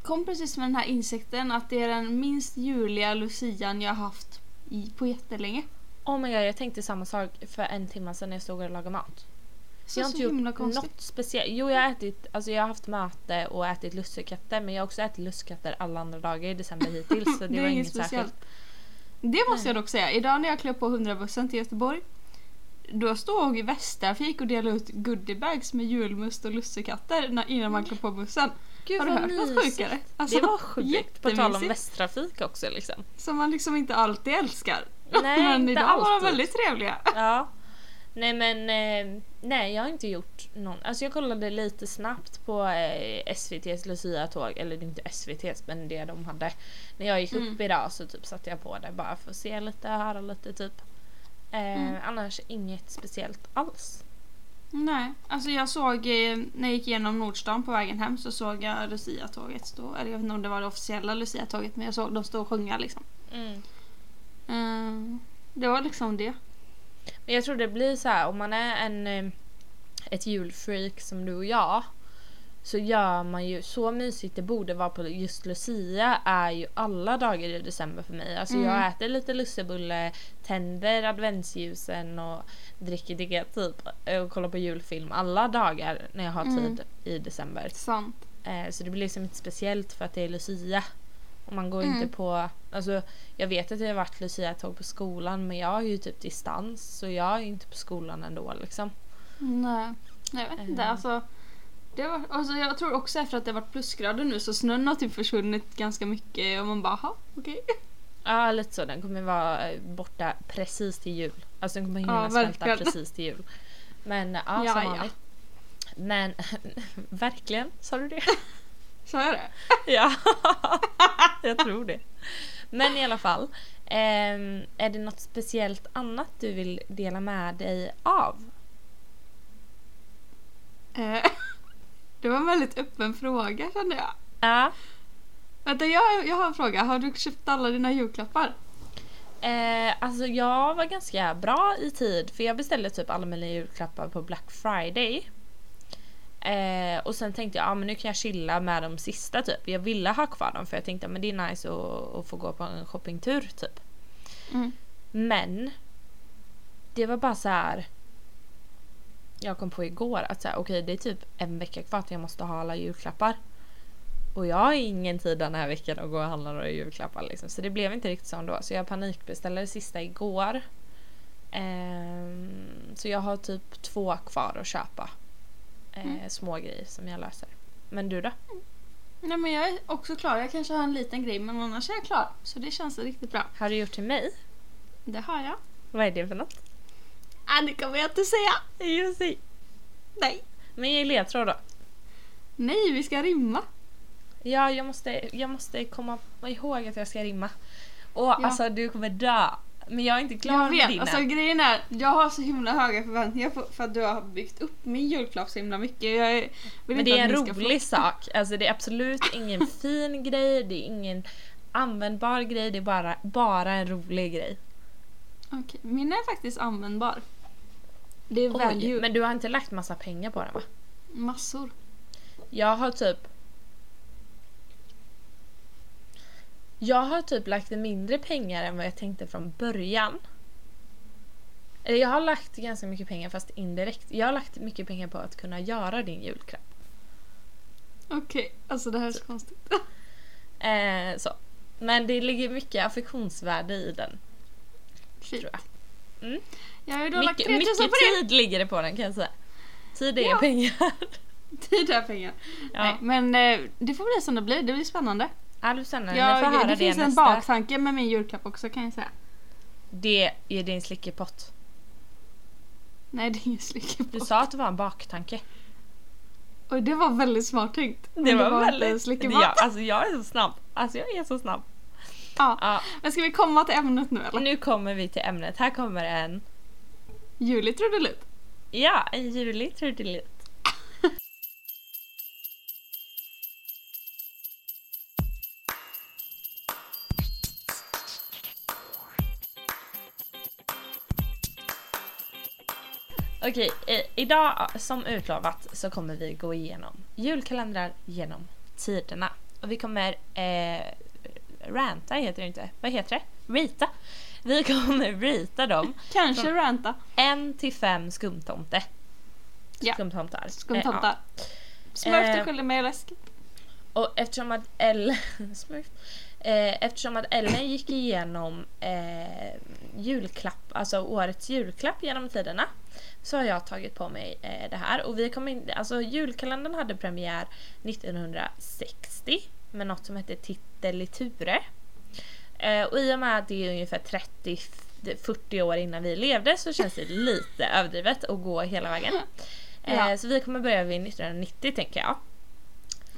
[SPEAKER 1] kom precis med den här insikten att det är den minst juliga lucian jag har haft i, på jättelänge.
[SPEAKER 2] Oh my god, jag tänkte samma sak för en timme sedan när jag stod och lagade mat.
[SPEAKER 1] Så,
[SPEAKER 2] Jag har
[SPEAKER 1] så
[SPEAKER 2] inte gjort
[SPEAKER 1] himla konstigt.
[SPEAKER 2] något speciellt. Jo, jag har, ätit, alltså jag har haft möte och ätit lussekatter men jag har också ätit lussekatter alla andra dagar i december
[SPEAKER 1] [LAUGHS]
[SPEAKER 2] hittills. Så det,
[SPEAKER 1] är
[SPEAKER 2] var inget särskilt.
[SPEAKER 1] Det måste jag dock säga. Idag när jag klev på 100-bussen till Göteborg då stod Västtrafik och delade ut goodiebags med julmust och lussekatter när- innan man klev på bussen.
[SPEAKER 2] Gud,
[SPEAKER 1] Har du
[SPEAKER 2] vad
[SPEAKER 1] hört något
[SPEAKER 2] mysigt.
[SPEAKER 1] sjukare? Alltså,
[SPEAKER 2] Det var sjukt. På tal om
[SPEAKER 1] jättemysigt.
[SPEAKER 2] Västtrafik också liksom.
[SPEAKER 1] Som man liksom inte alltid älskar. [LAUGHS]
[SPEAKER 2] Nej,
[SPEAKER 1] Men
[SPEAKER 2] inte
[SPEAKER 1] idag var de
[SPEAKER 2] alltid.
[SPEAKER 1] väldigt trevliga.
[SPEAKER 2] Ja. Nej men eh, nej jag har inte gjort någon. Alltså jag kollade lite snabbt på eh, SVT's Lucia-tåg, eller det är inte SVT's men det de hade. När jag gick upp
[SPEAKER 1] Mm.
[SPEAKER 2] idag så typ satte jag på det bara för att se lite, höra lite typ. Eh,
[SPEAKER 1] Mm.
[SPEAKER 2] Annars inget speciellt alls.
[SPEAKER 1] Nej, alltså jag såg eh, när jag gick igenom Nordstan på vägen hem så såg jag Lucia-tåget stå. Eller jag vet inte om det var det officiella Lucia-tåget men jag såg dem stå och sjunga liksom. Eh, det var liksom det.
[SPEAKER 2] Men jag tror det blir så här om man är en, eh, ett julfreak som du och jag så gör man ju så mysigt det borde vara på just Lucia är ju alla dagar i december för mig. Alltså jag
[SPEAKER 1] Mm.
[SPEAKER 2] äter lite lussebulle, tänder adventsljusen och dricker det typ och kollar på julfilm alla dagar när jag har tid
[SPEAKER 1] Mm.
[SPEAKER 2] i december.
[SPEAKER 1] Sant.
[SPEAKER 2] Eh, så det blir liksom inte speciellt för att det är Lucia. Och man går
[SPEAKER 1] Mm.
[SPEAKER 2] inte på... Alltså, jag vet att jag har varit Lucia-tåg på skolan men jag har ju typ distans så jag är ju inte på skolan ändå liksom.
[SPEAKER 1] Nej, jag vet inte.
[SPEAKER 2] Eh.
[SPEAKER 1] Alltså, det var, alltså jag tror också efter att det har varit plusgrader nu så snön har typ försvunnit ganska mycket och man bara "Jaha, okej. [LAUGHS]
[SPEAKER 2] Ja lite så, den kommer vara eh, borta precis till jul. Alltså den kommer hinna
[SPEAKER 1] Ja,
[SPEAKER 2] smälta
[SPEAKER 1] verkligen.
[SPEAKER 2] precis till jul. Men eh, ja,
[SPEAKER 1] Ja,
[SPEAKER 2] som
[SPEAKER 1] ja.
[SPEAKER 2] vanligt. Men [LAUGHS] verkligen, sa du det?
[SPEAKER 1] Så är det.
[SPEAKER 2] [LAUGHS] Ja, jag tror det. Men i alla fall. ehm, är det något speciellt annat du vill dela med dig av?
[SPEAKER 1] [LAUGHS] Eh, det var en väldigt öppen fråga kände jag.
[SPEAKER 2] Ja.
[SPEAKER 1] Vänta, jag, jag har en fråga. Har du köpt alla dina julklappar?
[SPEAKER 2] Eh, alltså jag var ganska bra i tid för jag beställde typ alla mina julklappar på Black Friday. Eh, och sen tänkte jag ah, men nu kan jag chilla med de sista typ. Jag ville ha kvar dem för jag tänkte men det är nice att, att få gå på en shoppingtur typ.
[SPEAKER 1] Mm.
[SPEAKER 2] Men det var bara så här. Jag kom på igår att så här, okej det är typ en vecka kvar till jag måste ha alla julklappar. Och jag har ingen tid den här veckan att gå och handla några julklappar liksom. Så det blev inte riktigt som då. Så jag panikbeställde det sista igår. Ehm, så jag har typ två kvar att köpa. Ehm, Små grejer som jag löser. Men du då?
[SPEAKER 1] Nej men jag är också klar. Jag kanske har en liten grej men annars är jag klar. Så det känns riktigt bra.
[SPEAKER 2] Har du gjort till mig?
[SPEAKER 1] Det har jag.
[SPEAKER 2] Vad är det för något?
[SPEAKER 1] Äh, det kommer jag inte säga.
[SPEAKER 2] Jag säger.
[SPEAKER 1] Nej.
[SPEAKER 2] Men ge ledtråd då.
[SPEAKER 1] Nej, vi ska rimma.
[SPEAKER 2] Ja, jag måste, jag måste komma ihåg att jag ska rimma. Och alltså du kommer dö. Men jag är inte klar
[SPEAKER 1] Jag
[SPEAKER 2] med
[SPEAKER 1] vet,
[SPEAKER 2] din
[SPEAKER 1] alltså
[SPEAKER 2] än.
[SPEAKER 1] grejen är, jag har så himla höga förväntningar på- för att du har byggt upp min julklapp så himla mycket. Jag är- vill
[SPEAKER 2] Men
[SPEAKER 1] inte
[SPEAKER 2] det är
[SPEAKER 1] att
[SPEAKER 2] en
[SPEAKER 1] ni ska få-
[SPEAKER 2] rolig sak. Alltså det är absolut
[SPEAKER 1] [LAUGHS]
[SPEAKER 2] ingen fin grej, det är ingen användbar grej, det är bara, bara en rolig grej.
[SPEAKER 1] Okej, min är faktiskt användbar. Det är
[SPEAKER 2] Oj,
[SPEAKER 1] value.
[SPEAKER 2] men du har inte lagt massa pengar på den va?
[SPEAKER 1] Massor.
[SPEAKER 2] Jag har typ... Jag har typ lagt mindre pengar än vad jag tänkte från början. Eller jag har lagt ganska mycket pengar fast indirekt. Jag har lagt mycket pengar på att kunna göra din julklapp.
[SPEAKER 1] Okej, alltså det här är så konstigt.
[SPEAKER 2] Eh, så. Men det ligger mycket affektionsvärde i den.
[SPEAKER 1] Shit.
[SPEAKER 2] jag. Mm.
[SPEAKER 1] Mm. Jag har ju då lagt
[SPEAKER 2] Mycket,
[SPEAKER 1] 3000
[SPEAKER 2] mycket
[SPEAKER 1] på det.
[SPEAKER 2] tid ligger det på den kan jag säga. Tid är
[SPEAKER 1] Ja.
[SPEAKER 2] pengar.
[SPEAKER 1] [LAUGHS] Tid är pengar. Nej,
[SPEAKER 2] Ja.
[SPEAKER 1] men eh, det får bli som det blir, det blir spännande.
[SPEAKER 2] Alfsen, jag får höra
[SPEAKER 1] Jag, det
[SPEAKER 2] det,
[SPEAKER 1] finns en
[SPEAKER 2] nästa.
[SPEAKER 1] baktanke med min julklapp också kan jag säga.
[SPEAKER 2] Det är din slickepott.
[SPEAKER 1] Nej, det är ingen
[SPEAKER 2] Du
[SPEAKER 1] slickepott.
[SPEAKER 2] sa att det var en baktanke.
[SPEAKER 1] Oj, det var väldigt smart tänkt. Men
[SPEAKER 2] Det var,
[SPEAKER 1] inte en
[SPEAKER 2] väldigt...
[SPEAKER 1] slickepott.
[SPEAKER 2] ja, alltså jag är så snabb. Alltså jag är så snabb.
[SPEAKER 1] Ja.
[SPEAKER 2] Ja.
[SPEAKER 1] Men ska vi komma till ämnet nu eller?
[SPEAKER 2] Nu kommer vi till ämnet. Här kommer en...
[SPEAKER 1] Juli trudelutt.
[SPEAKER 2] Ja, en julig trudelutt. [LAUGHS] Okej, i- idag eh, som utlovat så kommer vi gå igenom julkalendrar genom tiderna. Och vi kommer eh, ranta heter det inte, vad heter det? Rita. Vi kommer rita dem
[SPEAKER 1] Kanske ranta.
[SPEAKER 2] en till fem skumtomte.
[SPEAKER 1] Ja.
[SPEAKER 2] Skumtomtar.
[SPEAKER 1] Skumtomtar.
[SPEAKER 2] Eh,
[SPEAKER 1] Eh, Smurf,
[SPEAKER 2] Eh.
[SPEAKER 1] du skyller mig läsk.
[SPEAKER 2] ja. Och eftersom att Ellen... [LAUGHS] Smurf. Eh, eftersom att Ellen gick igenom eh, julklapp, alltså årets julklapp genom tiderna så har jag tagit på mig eh, det här. Och vi kom in, alltså julkalendern hade premiär 1960 med något som hette Titteliture. Eh, och i och med att det är ungefär 30-40 år innan vi levde så känns det lite överdrivet att gå hela vägen. Eh,
[SPEAKER 1] Ja.
[SPEAKER 2] Så vi kommer börja vid 1990 tänker jag.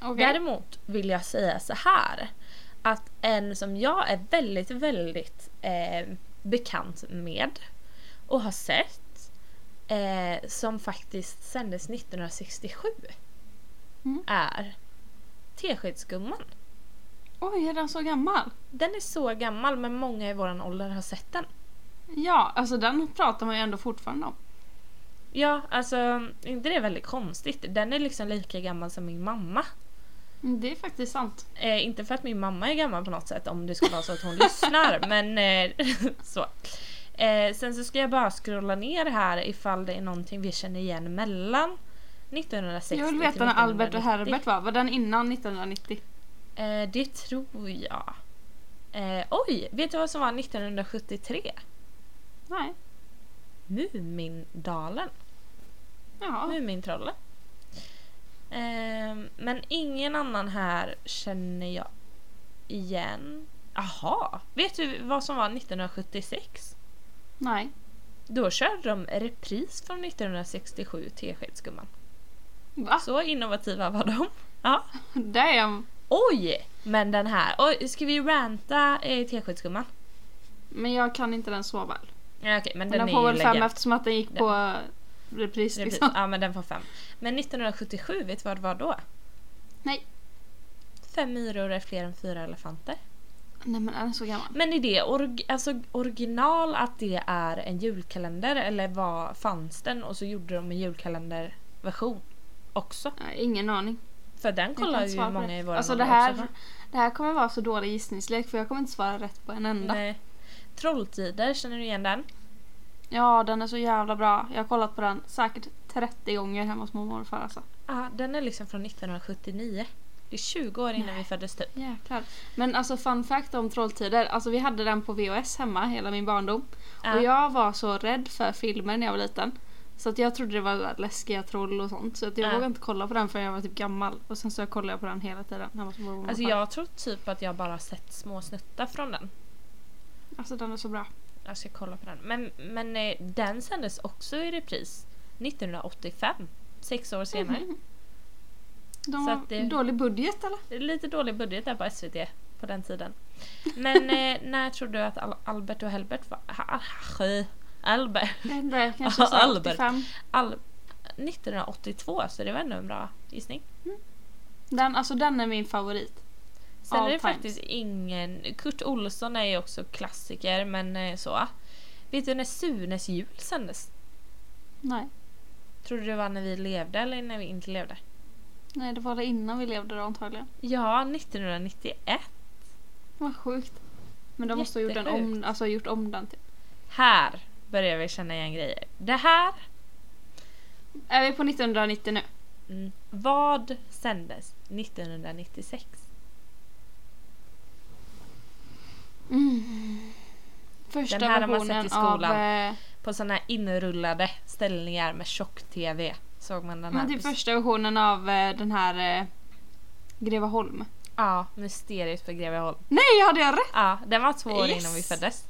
[SPEAKER 1] Okej.
[SPEAKER 2] Däremot vill jag säga så här. Att en som jag är väldigt, väldigt eh, bekant med och har sett eh, som faktiskt sändes 1967
[SPEAKER 1] Mm.
[SPEAKER 2] är Teskedsgumman.
[SPEAKER 1] Oj, är den så gammal?
[SPEAKER 2] Den är så gammal men många i våran ålder har sett den.
[SPEAKER 1] Ja, alltså den pratar man ju ändå fortfarande om.
[SPEAKER 2] Ja, alltså är inte det är väldigt konstigt. Den är liksom lika gammal som min mamma.
[SPEAKER 1] Mm, Det är faktiskt sant.
[SPEAKER 2] Eh, inte för att min mamma är gammal på något sätt om det skulle vara så att
[SPEAKER 1] [LAUGHS]
[SPEAKER 2] hon lyssnar men eh, [LAUGHS] så. Eh, sen så ska jag bara scrolla ner här ifall det är någonting vi känner igen mellan 1960
[SPEAKER 1] Jag vill
[SPEAKER 2] till
[SPEAKER 1] veta när Albert och
[SPEAKER 2] 1990.
[SPEAKER 1] Herbert var. Var den innan 1990?
[SPEAKER 2] Eh, det tror jag. Eh, oj, vet du vad som var 1973?
[SPEAKER 1] Nej.
[SPEAKER 2] Mumindalen. Mm.
[SPEAKER 1] Ja.
[SPEAKER 2] Mumintrollen. Ehm, men ingen annan här känner jag igen. Aha, vet du vad som var 1976?
[SPEAKER 1] Nej.
[SPEAKER 2] Då körde de repris från 1967, Teskedsgumman.
[SPEAKER 1] Va?
[SPEAKER 2] Så innovativa var de. Ja.
[SPEAKER 1] Damn.
[SPEAKER 2] Oj! Men den här. Oj, ska vi ranta eh, Teskedsgumman?
[SPEAKER 1] Men jag kan inte den så väl.
[SPEAKER 2] Ja, Okej, men
[SPEAKER 1] Men
[SPEAKER 2] den,
[SPEAKER 1] den
[SPEAKER 2] är
[SPEAKER 1] får
[SPEAKER 2] ju
[SPEAKER 1] väl fem
[SPEAKER 2] legend.
[SPEAKER 1] eftersom att den gick på repris
[SPEAKER 2] Repris.
[SPEAKER 1] liksom.
[SPEAKER 2] Ja, men den får fem. Men 1977, vet du vad det var då?
[SPEAKER 1] Nej.
[SPEAKER 2] fem myror är fler än fyra elefanter.
[SPEAKER 1] Nej men är den så gammal?
[SPEAKER 2] Men är det org- alltså original att det är en julkalender eller vad fanns den och så gjorde de en julkalenderversion också?
[SPEAKER 1] Nej, ingen aning.
[SPEAKER 2] För den
[SPEAKER 1] Jag kan
[SPEAKER 2] kollar
[SPEAKER 1] inte
[SPEAKER 2] ju
[SPEAKER 1] svara på
[SPEAKER 2] många
[SPEAKER 1] det.
[SPEAKER 2] i våran
[SPEAKER 1] Alltså det
[SPEAKER 2] ålder också,
[SPEAKER 1] här,
[SPEAKER 2] va?
[SPEAKER 1] det här kommer vara så dålig gissningslek för jag kommer inte svara rätt på en enda.
[SPEAKER 2] Nej. Trolltider, känner du igen den?
[SPEAKER 1] Ja, den är så jävla bra. Jag har kollat på den säkert 30 gånger hemma hos mormor och morfar alltså.
[SPEAKER 2] Ja, den är liksom från 1979. Det är 20 år innan
[SPEAKER 1] Nej.
[SPEAKER 2] vi föddes typ.
[SPEAKER 1] Jäklar. Men alltså fun fact om Trolltider. Alltså vi hade den på VHS hemma hela min barndom.
[SPEAKER 2] Ja.
[SPEAKER 1] Och jag var så rädd för filmer när jag var liten. Så att jag trodde det var läskiga troll och sånt. Så att jag
[SPEAKER 2] Ja.
[SPEAKER 1] vågade inte kolla på den förrän jag var typ gammal. Och sen så kollade jag på den hela tiden hemma hos mormor och
[SPEAKER 2] Alltså
[SPEAKER 1] morfar.
[SPEAKER 2] jag tror typ att jag bara har sett små snuttar från den. Alltså,
[SPEAKER 1] alltså den är så bra.
[SPEAKER 2] Jag ska kolla på den. Men, men eh, den sändes också i repris 1985. Sex år senare.
[SPEAKER 1] Mhm. De
[SPEAKER 2] Så
[SPEAKER 1] har
[SPEAKER 2] att det-
[SPEAKER 1] dålig budget eller?
[SPEAKER 2] Det är Lite dålig budget där på SVT på den tiden. Men [LAUGHS] eh, när tror du att Al- Albert och Helbert var... Ha- ha- Albert.
[SPEAKER 1] Jag vet
[SPEAKER 2] [LAUGHS]
[SPEAKER 1] inte, kanske så här
[SPEAKER 2] Albert.
[SPEAKER 1] 85.
[SPEAKER 2] Al- 1982, så det var ändå en bra gissning.
[SPEAKER 1] Den, alltså den är min favorit.
[SPEAKER 2] Sen
[SPEAKER 1] All
[SPEAKER 2] är det
[SPEAKER 1] times.
[SPEAKER 2] faktiskt ingen... Kurt Olsson är ju också klassiker, men eh, så. Vet du när Sunes jul sändes?
[SPEAKER 1] Nej,
[SPEAKER 2] Tror du det var när vi levde eller när vi inte levde?
[SPEAKER 1] nej det var det innan vi levde då antagligen.
[SPEAKER 2] Ja, 1991.
[SPEAKER 1] Vad sjukt. Men de måste ha gjort, den om,
[SPEAKER 2] Jättesjukt.
[SPEAKER 1] alltså, gjort om den. Typ.
[SPEAKER 2] Här börjar vi känna igen grejer. Det här...
[SPEAKER 1] Är vi på 1990 nu?
[SPEAKER 2] Mm, vad sändes 1996?
[SPEAKER 1] Första
[SPEAKER 2] Den här har man
[SPEAKER 1] versionen
[SPEAKER 2] sett i skolan.
[SPEAKER 1] av... eh,
[SPEAKER 2] På såna här inrullade ställningar med tjock-tv. Såg man den här?
[SPEAKER 1] Men typ första versionen av eh, den här eh, Greveholm.
[SPEAKER 2] Ja, Mysteriet på Greveholm.
[SPEAKER 1] Nej, hade jag rätt?
[SPEAKER 2] Ja, den var två år
[SPEAKER 1] Yes!
[SPEAKER 2] innan vi föddes.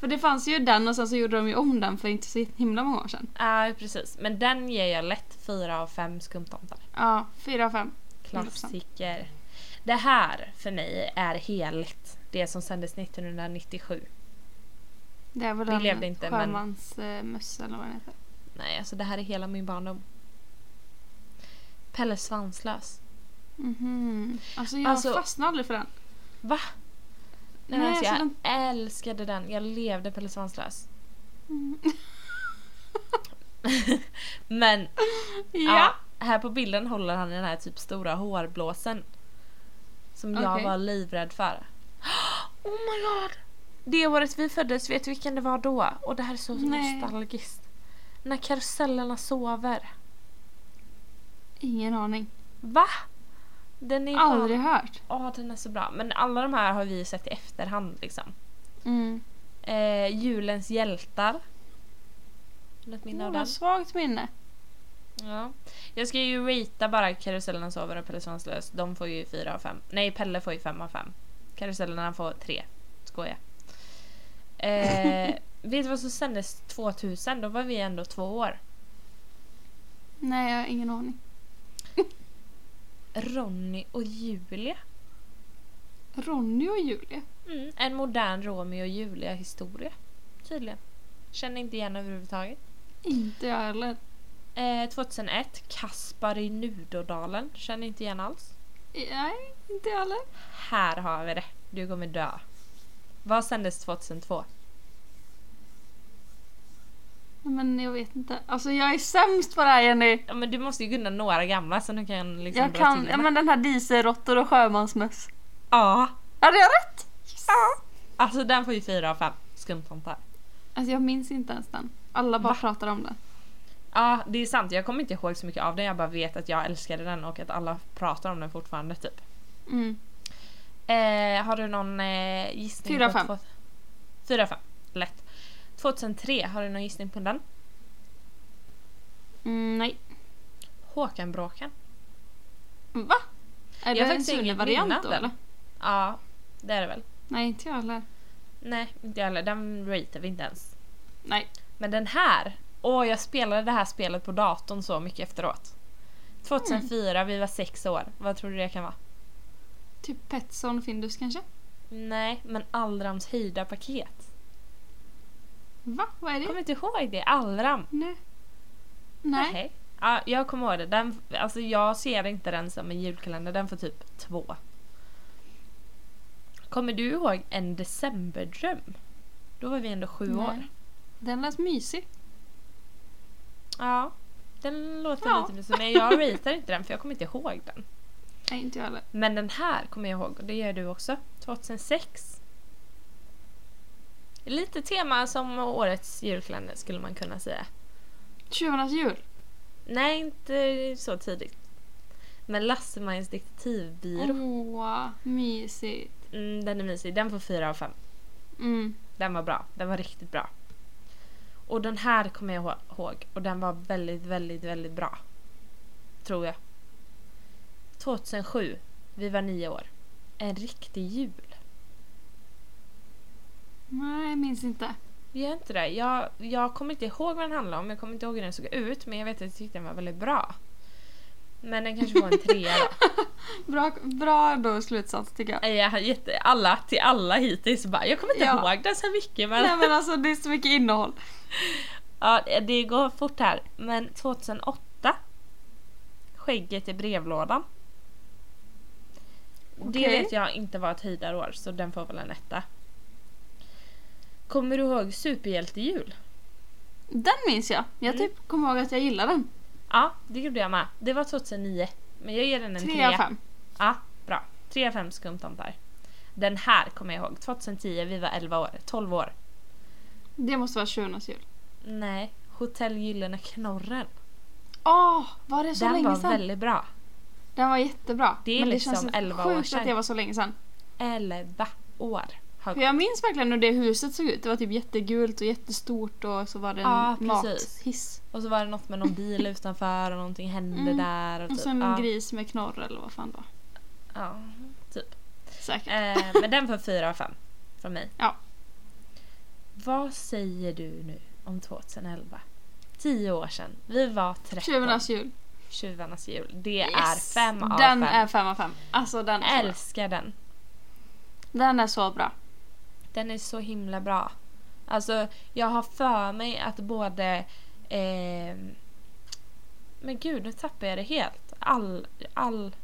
[SPEAKER 1] För det fanns ju den och sen så gjorde de ju om den för inte så himla många år sedan.
[SPEAKER 2] Ja, precis. Men den ger jag lätt fyra av fem skumtomtar.
[SPEAKER 1] Ja, fyra av fem.
[SPEAKER 2] Klassiker. Det här för mig är heligt. Det som sändes 1997.
[SPEAKER 1] Det är väl
[SPEAKER 2] Vi
[SPEAKER 1] den
[SPEAKER 2] levde inte, men-
[SPEAKER 1] sjömansmössa eller vad den heter.
[SPEAKER 2] Nej, alltså det här är hela min barndom. Pelle Svanslös.
[SPEAKER 1] Mhm. Alltså jag
[SPEAKER 2] Alltså-
[SPEAKER 1] fastnade aldrig för den.
[SPEAKER 2] Va? Nej,
[SPEAKER 1] Nej,
[SPEAKER 2] men alltså, jag
[SPEAKER 1] alltså
[SPEAKER 2] älskade den. Jag levde Pelle Svanslös.
[SPEAKER 1] Mm.
[SPEAKER 2] [LAUGHS] Men
[SPEAKER 1] Ja.
[SPEAKER 2] ja. här på bilden håller han den här typ stora hårblåsen. Som jag
[SPEAKER 1] Okej.
[SPEAKER 2] var livrädd för. [GASPS] Oh my god! Det året vi föddes, vet du vilken det var då? Och det här är så
[SPEAKER 1] Nej.
[SPEAKER 2] nostalgiskt. När karusellerna sover.
[SPEAKER 1] Ingen aning.
[SPEAKER 2] Va? Den är fan-
[SPEAKER 1] Aldrig hört.
[SPEAKER 2] Ja, den är så bra. Men alla de här har vi ju sett i efterhand liksom.
[SPEAKER 1] Mm.
[SPEAKER 2] Eh, julens hjältar. Något minne av
[SPEAKER 1] Ja, alltså.
[SPEAKER 2] den?
[SPEAKER 1] vad Mm. svagt minne.
[SPEAKER 2] Ja. Jag ska ju ratea bara Karusellerna sover och Pelle Svanslös. De får ju 4 av 5. Nej, Pelle får ju 5 av 5. Karusellerna får 3. Skoja. Eh, vet du vad som sändes 2000? Då var vi ändå två år.
[SPEAKER 1] Nej, jag har ingen aning.
[SPEAKER 2] Ronny och Julia.
[SPEAKER 1] Ronny och Julia?
[SPEAKER 2] Mm, en modern Romeo och Julia historia. Tydligen. Känner inte igen överhuvudtaget.
[SPEAKER 1] Inte jag heller.
[SPEAKER 2] Eh, 2001 Kaspar i Nudodalen. Känner inte igen alls.
[SPEAKER 1] Nej, inte jag heller.
[SPEAKER 2] Här har vi det. Du kommer dö. Vad sändes 2002?
[SPEAKER 1] Men jag vet inte. Alltså jag är sämst på det här Jenny.
[SPEAKER 2] Ja, men du måste ju kunna några gamla så nu kan jag liksom
[SPEAKER 1] Jag
[SPEAKER 2] dra
[SPEAKER 1] kan,
[SPEAKER 2] till
[SPEAKER 1] ja
[SPEAKER 2] dem.
[SPEAKER 1] men den här dieselråttor och sjömansmöss.
[SPEAKER 2] ja.
[SPEAKER 1] Hade jag rätt? Ja.
[SPEAKER 2] Alltså den får ju fyra av fem Skumtomtar.
[SPEAKER 1] Alltså jag minns inte ens den. Alla bara
[SPEAKER 2] Va?
[SPEAKER 1] pratar om den.
[SPEAKER 2] Ja, det är sant. Jag kommer inte ihåg så mycket av den. Jag bara vet att jag älskade den och att alla pratar om den fortfarande typ.
[SPEAKER 1] Mm.
[SPEAKER 2] Eh, har du någon eh, gissning?
[SPEAKER 1] Fyra av
[SPEAKER 2] på
[SPEAKER 1] fem.
[SPEAKER 2] två- Fyra av fem. Lätt. 2003, har du någon gissning på den?
[SPEAKER 1] Mm, nej.
[SPEAKER 2] Håkan-bråkan.
[SPEAKER 1] Va? Är
[SPEAKER 2] Jag har
[SPEAKER 1] det en
[SPEAKER 2] faktiskt ingen
[SPEAKER 1] Sune-variant
[SPEAKER 2] minne
[SPEAKER 1] då
[SPEAKER 2] av den.
[SPEAKER 1] eller?
[SPEAKER 2] Ja, det är det väl.
[SPEAKER 1] Nej, inte jag heller.
[SPEAKER 2] Nej, inte jag heller. Den ratear vi inte ens.
[SPEAKER 1] Nej.
[SPEAKER 2] Men den här! Åh, jag spelade det här spelet på datorn så mycket efteråt. 2004, vi var sex år. Vad tror du det kan vara?
[SPEAKER 1] Typ Petson och Findus kanske?
[SPEAKER 2] Nej, men Allrams höjda paket.
[SPEAKER 1] Va? Vad är
[SPEAKER 2] Jag
[SPEAKER 1] det?
[SPEAKER 2] kommer inte ihåg det. Allram.
[SPEAKER 1] Nej. Nej.
[SPEAKER 2] Nähä. Ja, jag kommer ihåg det. Den, alltså jag ser inte den som en julkalender. Den får typ två. Kommer du ihåg en decemberdröm? Då var vi ändå sju
[SPEAKER 1] Nej.
[SPEAKER 2] år.
[SPEAKER 1] Den lät mysig.
[SPEAKER 2] Ja, den låter
[SPEAKER 1] Ja.
[SPEAKER 2] lite mysig. Men jag ratear inte den för jag kommer inte ihåg den.
[SPEAKER 1] Nej, inte jag heller.
[SPEAKER 2] Men den här kommer jag ihåg och det gör du också. 2006. Lite tema som årets julkalender skulle man kunna säga.
[SPEAKER 1] Tjuvarnas jul.
[SPEAKER 2] Nej, inte så tidigt. Men Lassemajs detektivbyrå.
[SPEAKER 1] Åh, mysigt.
[SPEAKER 2] Mm, den är mysig. Den får 4 av 5.
[SPEAKER 1] Mm.
[SPEAKER 2] Den var bra. Den var riktigt bra. Och den här kommer jag ihå- ihåg och den var väldigt, väldigt, väldigt bra. Tror jag. 2007. Vi var nio år. En riktig jul.
[SPEAKER 1] Nej, jag minns inte.
[SPEAKER 2] Vi gör inte det. Jag, jag kommer inte ihåg vad den handlade om. Jag kommer inte ihåg hur den såg ut. Men jag vet att jag tyckte den var väldigt bra. Men den kanske får en
[SPEAKER 1] [LAUGHS]
[SPEAKER 2] trea då.
[SPEAKER 1] Bra, bra då slutsats tycker jag.
[SPEAKER 2] Nej, Jag har gett alla till alla hittills. Bara, jag kommer inte
[SPEAKER 1] Ja.
[SPEAKER 2] ihåg den så mycket men...
[SPEAKER 1] Nej men alltså det är så mycket innehåll.
[SPEAKER 2] Ja, det går fort här. Men 2008. Skägget i brevlådan. Det
[SPEAKER 1] Okej.
[SPEAKER 2] vet jag inte var ett höjdarår så den får väl en etta. Kommer du ihåg Superhjältejul?
[SPEAKER 1] Den minns jag. Jag
[SPEAKER 2] Mm.
[SPEAKER 1] typ kommer ihåg att jag gillar den.
[SPEAKER 2] Ja, det gjorde jag med. Det var 2009. Men jag ger den en
[SPEAKER 1] 3 av
[SPEAKER 2] trea.
[SPEAKER 1] 5.
[SPEAKER 2] Ja, Ah, bra. 3 av 5 skumtomtar. Den här kommer jag ihåg. 2010, vi var 11 år. 12 år.
[SPEAKER 1] Det måste vara tjuvarnas jul.
[SPEAKER 2] Nej, Hotell Gyllene Knorren.
[SPEAKER 1] Åh, var det så
[SPEAKER 2] Den
[SPEAKER 1] länge
[SPEAKER 2] var
[SPEAKER 1] sedan?
[SPEAKER 2] väldigt bra.
[SPEAKER 1] Den var jättebra.
[SPEAKER 2] Det är
[SPEAKER 1] men
[SPEAKER 2] liksom
[SPEAKER 1] det känns
[SPEAKER 2] 11 år
[SPEAKER 1] sjukt
[SPEAKER 2] sedan.
[SPEAKER 1] att det var så länge sedan.
[SPEAKER 2] 11 år. har
[SPEAKER 1] För jag minns verkligen hur det huset såg ut. Det var typ jättegult och jättestort och så var det en
[SPEAKER 2] Ja, precis.
[SPEAKER 1] mathiss.
[SPEAKER 2] Och så var det något med någon bil utanför och någonting hände
[SPEAKER 1] Mm.
[SPEAKER 2] där. Och typ.
[SPEAKER 1] Och så en
[SPEAKER 2] ja.
[SPEAKER 1] gris med knorr eller vad fan det var.
[SPEAKER 2] Ja, typ.
[SPEAKER 1] Säkert.
[SPEAKER 2] Eh, men den får 4 av 5 från mig.
[SPEAKER 1] Ja.
[SPEAKER 2] Vad säger du nu om 2011? 10 år sedan. Vi var 13.
[SPEAKER 1] Tjuvarnas jul.
[SPEAKER 2] Tjuvarnas jul. Det
[SPEAKER 1] Yes!
[SPEAKER 2] är 5 av 5.
[SPEAKER 1] Den är 5 av 5. Alltså den är, så bra.
[SPEAKER 2] Älskar den.
[SPEAKER 1] den är så bra.
[SPEAKER 2] Den är så himla bra. Alltså, jag har för mig att både... Eh, men gud, nu tappar jag det helt. All... all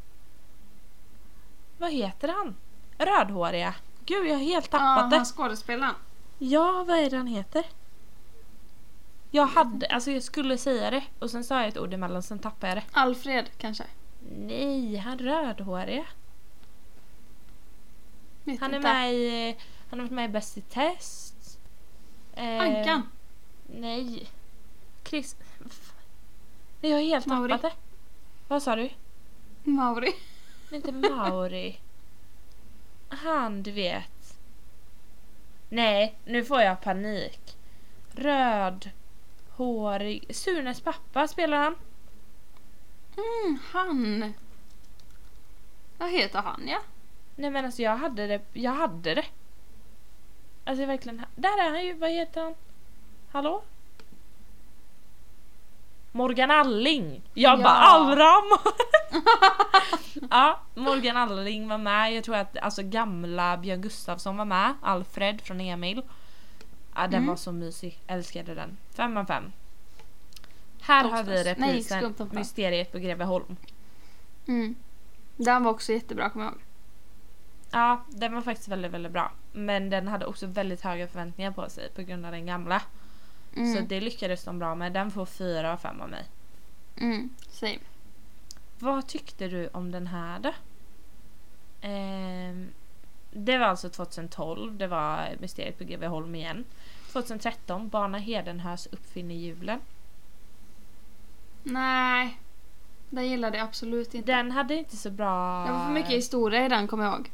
[SPEAKER 2] vad heter han? Rödhåriga. Gud, jag har helt tappat
[SPEAKER 1] ja,
[SPEAKER 2] det.
[SPEAKER 1] han skådespelaren.
[SPEAKER 2] Ja, vad är det han heter? Jag hade... Alltså jag skulle säga det och sen sa jag ett ord emellan sen tappade jag det.
[SPEAKER 1] Alfred kanske.
[SPEAKER 2] Nej, han rödhåriga.
[SPEAKER 1] Vet
[SPEAKER 2] Han är
[SPEAKER 1] inte.
[SPEAKER 2] med i... eh, Han har varit med i Bäst i test. Eh,
[SPEAKER 1] Ankan.
[SPEAKER 2] Nej. Chris... f- Nej, jag har helt
[SPEAKER 1] Mauri.
[SPEAKER 2] tappat det. Vad sa du?
[SPEAKER 1] Mauri.
[SPEAKER 2] Nej, Inte Mauri. Han, du vet. Nej, nu får jag panik. Röd, hårig. Sunes pappa spelar han.
[SPEAKER 1] Mm, han. Vad heter han ja?
[SPEAKER 2] Nej men alltså jag hade det. Jag hade det. Alltså jag verkligen. Där är han ju. Vad heter han? Hallå? Morgan Alling! Jag
[SPEAKER 1] Ja.
[SPEAKER 2] bara
[SPEAKER 1] [LAUGHS]
[SPEAKER 2] Alram! ja, Morgan Alling var med. Jag tror att alltså, gamla Björn Gustafsson var med. Alfred från Emil. Ja, den
[SPEAKER 1] Mm.
[SPEAKER 2] var så mysig. Älskade den. fem av fem Här har vi
[SPEAKER 1] Torsdags. Nej,
[SPEAKER 2] reprisen
[SPEAKER 1] Skumtomtar.
[SPEAKER 2] Mysteriet på Greveholm.
[SPEAKER 1] Mm. Den var också jättebra kommer jag ihåg.
[SPEAKER 2] Ja, den var faktiskt väldigt, väldigt bra. Men den hade också väldigt höga förväntningar på sig på grund av den gamla.
[SPEAKER 1] Mm.
[SPEAKER 2] Så det lyckades de bra med. Den får 4 av 5 av mig.
[SPEAKER 1] Mm. Same.
[SPEAKER 2] Vad tyckte du om den här då? Ehm, det var alltså 2012, det var Mysteriet på Greveholm igen. 2013, Barna Hedenhös uppfinner hjulen.
[SPEAKER 1] Nej. Den gillade jag absolut inte.
[SPEAKER 2] Den hade inte så bra...
[SPEAKER 1] Det var för mycket historia i den kommer jag ihåg.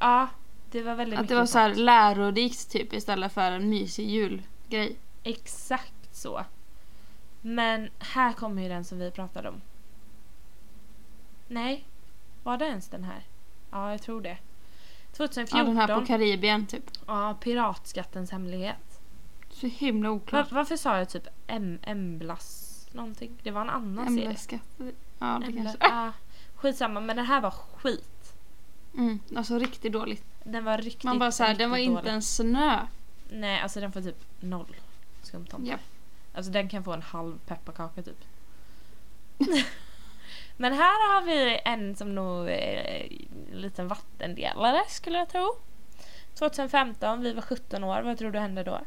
[SPEAKER 2] Ja, det var väldigt
[SPEAKER 1] Att
[SPEAKER 2] mycket
[SPEAKER 1] det var så här lärorikt typ istället för en mysig julgrej.
[SPEAKER 2] Exakt så. Men här kommer ju den som vi pratade om. Nej, var det ens den här? Ja, jag tror det.
[SPEAKER 1] Ja,
[SPEAKER 2] 2014.
[SPEAKER 1] den här på Karibien typ.
[SPEAKER 2] Ja, piratskattens hemlighet.
[SPEAKER 1] Så himla
[SPEAKER 2] Va-
[SPEAKER 1] oklart.
[SPEAKER 2] varför sa jag typ M- Emblas någonting? Det var en annan serie.
[SPEAKER 1] Ämneskatt. Ja, det
[SPEAKER 2] Embla-
[SPEAKER 1] kanske.
[SPEAKER 2] ah, skitsamma, men den här var skit.
[SPEAKER 1] Mm, alltså riktigt dåligt.
[SPEAKER 2] Den var riktigt,
[SPEAKER 1] Man bara såhär, den var
[SPEAKER 2] riktigt
[SPEAKER 1] inte
[SPEAKER 2] dålig.
[SPEAKER 1] ens snö.
[SPEAKER 2] Nej, alltså den får typ noll skumtomtar.
[SPEAKER 1] Japp.
[SPEAKER 2] Alltså den kan få en halv pepparkaka typ. [LAUGHS] Men här har vi en som nog är en liten vattendelare eh, skulle jag tro. 2015, vi var 17 år. Vad tror du hände då?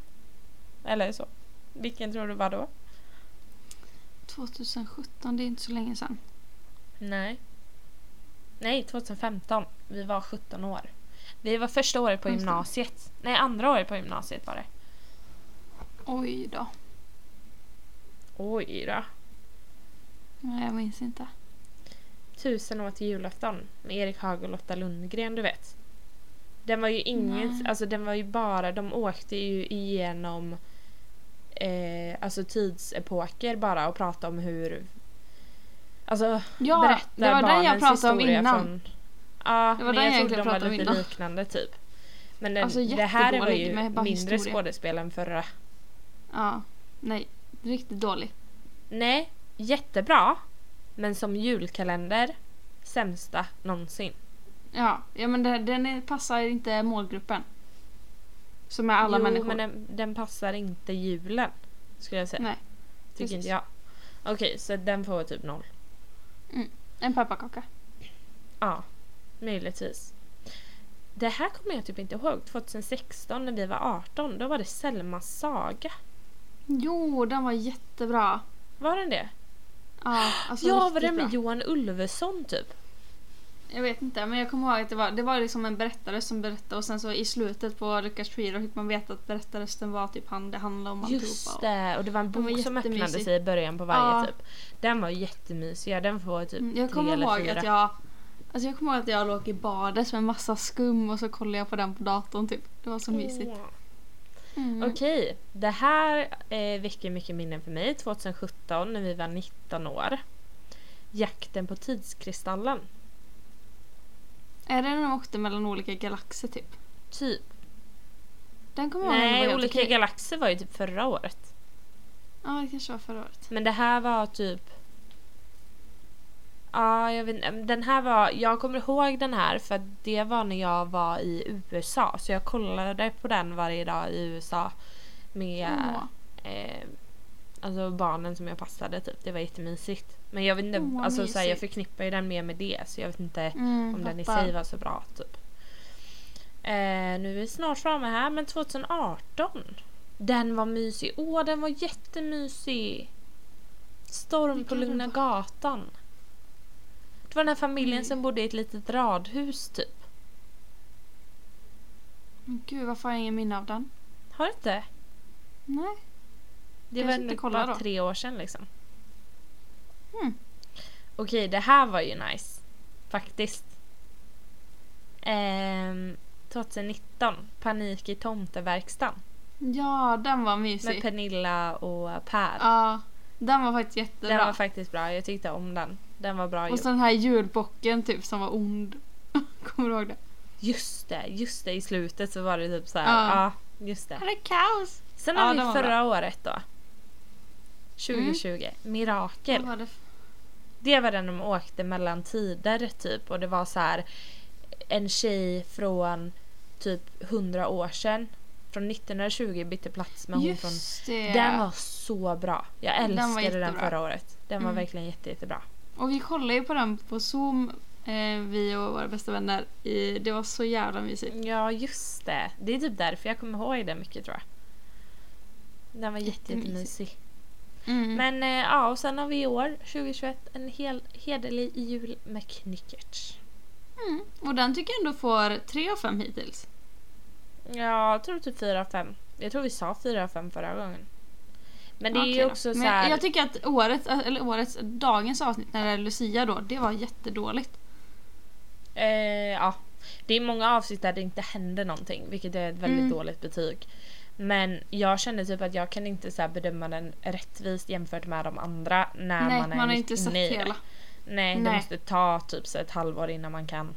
[SPEAKER 2] Eller så. Vilken tror du var då?
[SPEAKER 1] 2017, det är inte så länge sedan.
[SPEAKER 2] Nej. Nej, 2015. Vi var 17 år. Vi var första året på
[SPEAKER 1] Just det.
[SPEAKER 2] gymnasiet. Nej, andra året på gymnasiet var det.
[SPEAKER 1] Oj då.
[SPEAKER 2] Oj då.
[SPEAKER 1] Nej, jag minns inte.
[SPEAKER 2] Tusen år till julafton med Erik Haag och Lotta Lundgren, du vet. Den var ju ingen,
[SPEAKER 1] Nej.
[SPEAKER 2] alltså den var ju bara, de åkte ju igenom eh, alltså tidsepoker bara och pratade om hur Alltså
[SPEAKER 1] Ja,
[SPEAKER 2] berätta
[SPEAKER 1] det var den
[SPEAKER 2] barnens
[SPEAKER 1] jag pratade om
[SPEAKER 2] historia
[SPEAKER 1] innan.
[SPEAKER 2] Från, ja,
[SPEAKER 1] Det var
[SPEAKER 2] men
[SPEAKER 1] den
[SPEAKER 2] jag,
[SPEAKER 1] jag
[SPEAKER 2] trodde
[SPEAKER 1] egentligen
[SPEAKER 2] de var
[SPEAKER 1] pratade om
[SPEAKER 2] lite
[SPEAKER 1] innan.
[SPEAKER 2] liknande typ. Men den,
[SPEAKER 1] Alltså,
[SPEAKER 2] det här var
[SPEAKER 1] jättedålig
[SPEAKER 2] ju
[SPEAKER 1] med bara
[SPEAKER 2] mindre
[SPEAKER 1] historia.
[SPEAKER 2] skådespel än förra.
[SPEAKER 1] Ja, nej. Riktigt dålig.
[SPEAKER 2] Nej, jättebra. Men som julkalender, sämsta någonsin.
[SPEAKER 1] Ja, ja men det, den är, passar inte målgruppen. Som är alla
[SPEAKER 2] jo,
[SPEAKER 1] människor.
[SPEAKER 2] men den, den passar inte julen. Skulle jag säga.
[SPEAKER 1] Nej,
[SPEAKER 2] Tycker
[SPEAKER 1] precis.
[SPEAKER 2] inte jag. Okej, så den får typ noll.
[SPEAKER 1] En pepparkaka.
[SPEAKER 2] Ja, möjligtvis. Det här kommer jag typ inte ihåg. 2016 när vi var 18, då var det Selmas saga.
[SPEAKER 1] Jo, den var jättebra.
[SPEAKER 2] Var den det?
[SPEAKER 1] Ja, alltså
[SPEAKER 2] ja,
[SPEAKER 1] riktigt
[SPEAKER 2] var den med
[SPEAKER 1] bra.
[SPEAKER 2] Johan Ulveson typ?
[SPEAKER 1] Jag vet inte, men jag kommer ihåg att det var, det var liksom en berättare som berättade och sen så i slutet på Lucas Tree fick man veta att berättarrösten var typ han det handlade om
[SPEAKER 2] Just
[SPEAKER 1] alltihopa.
[SPEAKER 2] det, och det var en
[SPEAKER 1] Den var
[SPEAKER 2] bok som öppnade
[SPEAKER 1] jättemysig.
[SPEAKER 2] sig i början på varje
[SPEAKER 1] Ja.
[SPEAKER 2] typ. Den var jättemysig, ja, den får typ
[SPEAKER 1] Mm, Jag
[SPEAKER 2] tre
[SPEAKER 1] kommer
[SPEAKER 2] eller
[SPEAKER 1] ihåg
[SPEAKER 2] fyra.
[SPEAKER 1] att jag Alltså jag kommer ihåg att jag låg i badet med massa skum och så kollade jag på den på datorn typ. Det var så mysigt.
[SPEAKER 2] Åh.
[SPEAKER 1] Mm.
[SPEAKER 2] Okej, det här eh, väcker mycket minnen för mig. 2017 när vi var 19 år. Jakten på tidskristallen.
[SPEAKER 1] Är det när de åkte mellan olika galaxer typ?
[SPEAKER 2] Typ.
[SPEAKER 1] Den kommer jag ihåg.
[SPEAKER 2] Nej,
[SPEAKER 1] var
[SPEAKER 2] olika
[SPEAKER 1] jättekul.
[SPEAKER 2] galaxer var ju typ förra året.
[SPEAKER 1] Ja, det kanske var förra året.
[SPEAKER 2] Men det här var typ... Ja, jag vet inte. Den här var... Jag kommer ihåg den här för att det var när jag var i USA. Så jag kollade på den varje dag i USA. Med...
[SPEAKER 1] Åh.
[SPEAKER 2] eh, alltså barnen som jag passade typ. Det var jättemysigt. Men jag vet inte,
[SPEAKER 1] Åh,
[SPEAKER 2] alltså såhär, jag
[SPEAKER 1] mysigt.
[SPEAKER 2] förknippar ju den mer med det så jag vet inte
[SPEAKER 1] Mm,
[SPEAKER 2] om den i
[SPEAKER 1] fattar.
[SPEAKER 2] sig var så bra typ. Eh, nu är vi snart framme här men 2018. Den var mysig. Åh den var jättemysig. Storm på
[SPEAKER 1] Vilken
[SPEAKER 2] Lugna
[SPEAKER 1] var det?
[SPEAKER 2] gatan. Det var den här familjen
[SPEAKER 1] Mm.
[SPEAKER 2] som bodde i ett litet radhus typ.
[SPEAKER 1] Men Gud, varför har jag ingen minne av den?
[SPEAKER 2] Har du inte?
[SPEAKER 1] Nej.
[SPEAKER 2] Det
[SPEAKER 1] Kanske
[SPEAKER 2] var
[SPEAKER 1] inte
[SPEAKER 2] ändå
[SPEAKER 1] kolla
[SPEAKER 2] bara
[SPEAKER 1] då.
[SPEAKER 2] tre år sedan liksom.
[SPEAKER 1] Mm.
[SPEAKER 2] Okej, det här var ju nice. Faktiskt. Ehm, 2019, Panik i tomteverkstan.
[SPEAKER 1] Ja, den var mysig.
[SPEAKER 2] Med Pernilla och Per.
[SPEAKER 1] Ja, den var faktiskt
[SPEAKER 2] den
[SPEAKER 1] jättebra.
[SPEAKER 2] var faktiskt bra, jag tyckte om den. Den var bra
[SPEAKER 1] och
[SPEAKER 2] gjord.
[SPEAKER 1] så den här julbocken typ som var ond. [LAUGHS] Kommer du ihåg det?
[SPEAKER 2] Just det, just det i slutet så var det typ så här.
[SPEAKER 1] Ja.
[SPEAKER 2] Ja, just det.
[SPEAKER 1] Det är kaos!
[SPEAKER 2] Sen
[SPEAKER 1] Ja,
[SPEAKER 2] har
[SPEAKER 1] den
[SPEAKER 2] vi
[SPEAKER 1] var Mm.
[SPEAKER 2] förra året då. 2020, Mirakel.
[SPEAKER 1] Vad var det för-
[SPEAKER 2] Det var den de åkte mellan tider typ och det var så här en tjej från typ 100 år sedan från 1920 bytte plats med hon från...
[SPEAKER 1] Just det!
[SPEAKER 2] Den var så bra. Jag
[SPEAKER 1] Den var
[SPEAKER 2] älskade den,
[SPEAKER 1] jättebra.
[SPEAKER 2] förra året. Den var
[SPEAKER 1] Mm.
[SPEAKER 2] verkligen jätte, jättebra.
[SPEAKER 1] Och vi kollade ju på den på zoom, eh, vi och våra bästa vänner. I, det var så jävla mysigt.
[SPEAKER 2] Ja, just det. Det är typ därför jag kommer ihåg den mycket tror jag. Den var jätte,
[SPEAKER 1] Jättemysig.
[SPEAKER 2] jättemysig.
[SPEAKER 1] Mm.
[SPEAKER 2] Men eh, ja, och sen har vi i år, 2021, en hel, hederlig jul med knyckerts.
[SPEAKER 1] Mm. Och den tycker jag ändå får 3 av 5 hittills.
[SPEAKER 2] Ja, jag tror typ 4 av 5. Jag tror vi sa 4 av 5 förra gången. Men det
[SPEAKER 1] Okej
[SPEAKER 2] är ju
[SPEAKER 1] då.
[SPEAKER 2] också
[SPEAKER 1] Men
[SPEAKER 2] så här...
[SPEAKER 1] Jag tycker att årets, eh, eller årets, dagens avsnitt när det är Lucia då, det var jättedåligt.
[SPEAKER 2] Eh, ja. Det är många avsnitt där det inte händer någonting, vilket är ett väldigt
[SPEAKER 1] Mm.
[SPEAKER 2] dåligt betyg. Men jag känner typ att jag kan inte så här bedöma den rättvist jämfört med de andra när
[SPEAKER 1] Nej,
[SPEAKER 2] man är
[SPEAKER 1] man har
[SPEAKER 2] mitt
[SPEAKER 1] inte
[SPEAKER 2] inne
[SPEAKER 1] sett
[SPEAKER 2] i det.
[SPEAKER 1] hela.
[SPEAKER 2] Nej, det
[SPEAKER 1] Nej.
[SPEAKER 2] måste ta typ så här ett halvår innan man kan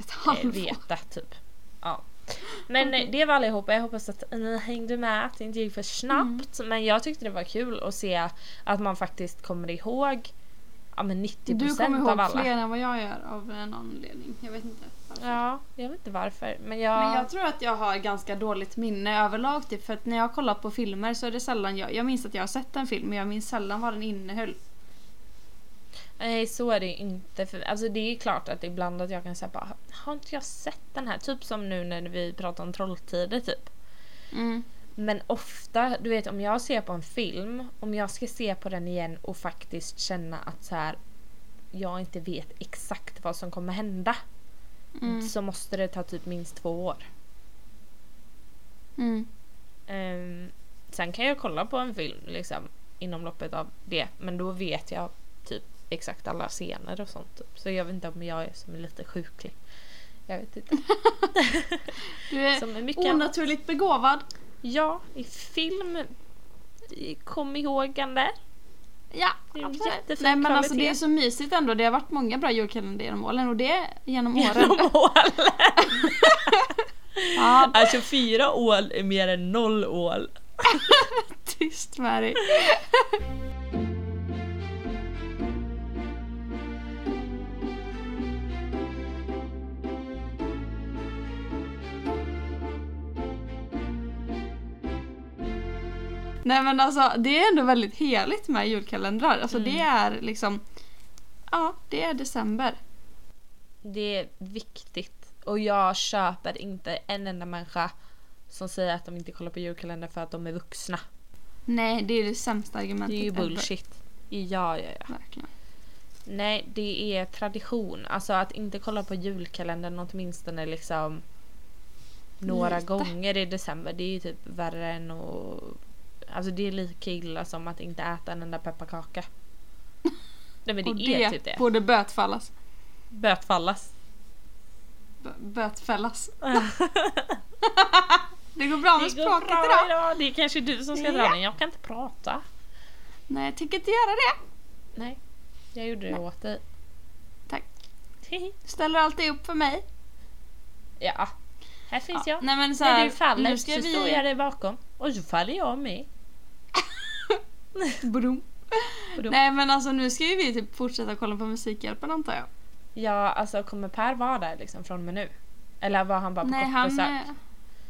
[SPEAKER 1] Ett [LAUGHS]
[SPEAKER 2] eh,
[SPEAKER 1] halvår.
[SPEAKER 2] veta typ. Ja. Men eh, det var allihopa. Jag hoppas att ni hängde med, att det inte gick för snabbt.
[SPEAKER 1] Mm.
[SPEAKER 2] Men jag tyckte det var kul att se att man faktiskt kommer ihåg ja, men 90%
[SPEAKER 1] Du kommer
[SPEAKER 2] av alla.
[SPEAKER 1] ihåg fler än vad jag gör av någon anledning. Jag vet inte. varför.
[SPEAKER 2] Ja, jag vet inte varför. Men jag...
[SPEAKER 1] Men jag tror att jag har ganska dåligt minne överlag. Typ, för att när jag kollar på filmer så är det sällan jag... Jag minns att jag har sett en film men jag minns sällan vad den innehöll.
[SPEAKER 2] Nej så är det ju inte. För, alltså det är klart att ibland att jag kan säga bara har inte jag sett den här? Typ som nu när vi pratar om trolltider typ.
[SPEAKER 1] Mm.
[SPEAKER 2] Men ofta, du vet om jag ser på en film, om jag ska se på den igen och faktiskt känna att så här jag inte vet exakt vad som kommer hända
[SPEAKER 1] Mm.
[SPEAKER 2] så måste det ta typ minst två år.
[SPEAKER 1] Mm.
[SPEAKER 2] Ehm, sen kan jag kolla på en film liksom, inom loppet av det, men då vet jag typ exakt alla scener och sånt. Typ. Så jag vet inte om jag är som är lite sjuklig. Jag
[SPEAKER 1] [LAUGHS]
[SPEAKER 2] vet inte.
[SPEAKER 1] Du är
[SPEAKER 2] Som är mycket annat.
[SPEAKER 1] onaturligt begåvad.
[SPEAKER 2] Ja, i film. i- Kom ihåg den där.
[SPEAKER 1] Ja,
[SPEAKER 2] Det är
[SPEAKER 1] absolut.
[SPEAKER 2] jättefin
[SPEAKER 1] Nej men alltså
[SPEAKER 2] kvalitet.
[SPEAKER 1] det är så mysigt ändå. Det har varit många bra julkalendrar genom åren och det genom
[SPEAKER 2] [LAUGHS]
[SPEAKER 1] åren.
[SPEAKER 2] Genom ålen. [LAUGHS]
[SPEAKER 1] Ja,
[SPEAKER 2] Alltså fyra ål är mer än noll ål.
[SPEAKER 1] tyst med dig. Nej men alltså det är ändå väldigt heligt med julkalendrar. Alltså det
[SPEAKER 2] Mm.
[SPEAKER 1] är liksom Ja, det är december.
[SPEAKER 2] Det är viktigt. Och jag köper inte en enda människa som säger att de inte kollar på julkalender för att de är vuxna.
[SPEAKER 1] Nej, det är det sämsta
[SPEAKER 2] Det
[SPEAKER 1] argumentet
[SPEAKER 2] är ju
[SPEAKER 1] ever.
[SPEAKER 2] bullshit. Ja, ja, ja.
[SPEAKER 1] Verkligen.
[SPEAKER 2] Nej, det är tradition. Alltså att inte kolla på julkalendern åtminstone liksom några
[SPEAKER 1] Lite.
[SPEAKER 2] gånger i december. Det är ju typ värre än att... Alltså det är lika illa som att inte äta en enda pepparkaka. Nej men det
[SPEAKER 1] Och
[SPEAKER 2] är
[SPEAKER 1] det,
[SPEAKER 2] typ det.
[SPEAKER 1] borde bötfallas.
[SPEAKER 2] Bötfallas.
[SPEAKER 1] B- bötfällas. [LAUGHS] det går bra med
[SPEAKER 2] Det går
[SPEAKER 1] språket
[SPEAKER 2] bra
[SPEAKER 1] idag.
[SPEAKER 2] idag. Det är kanske du som ska dra
[SPEAKER 1] Ja.
[SPEAKER 2] den. Jag kan inte prata.
[SPEAKER 1] Nej, jag tänker inte göra det.
[SPEAKER 2] Nej, jag gjorde det
[SPEAKER 1] Nej.
[SPEAKER 2] åt dig.
[SPEAKER 1] Tack.
[SPEAKER 2] Hihi.
[SPEAKER 1] Ställer alltid upp för mig.
[SPEAKER 2] ja, här finns
[SPEAKER 1] Ja,
[SPEAKER 2] jag.
[SPEAKER 1] Nej men så
[SPEAKER 2] När
[SPEAKER 1] här,
[SPEAKER 2] du faller
[SPEAKER 1] nu ska
[SPEAKER 2] så står
[SPEAKER 1] vi...
[SPEAKER 2] jag där bakom och så faller jag med.
[SPEAKER 1] [LAUGHS] Brum.
[SPEAKER 2] Brum.
[SPEAKER 1] Nej men alltså nu ska ju vi typ fortsätta kolla på Musikhjälpen antar jag.
[SPEAKER 2] Ja, alltså kommer Per vara där liksom från och med nu? Eller var han bara på
[SPEAKER 1] Nej
[SPEAKER 2] kort
[SPEAKER 1] han,
[SPEAKER 2] besök?
[SPEAKER 1] eh,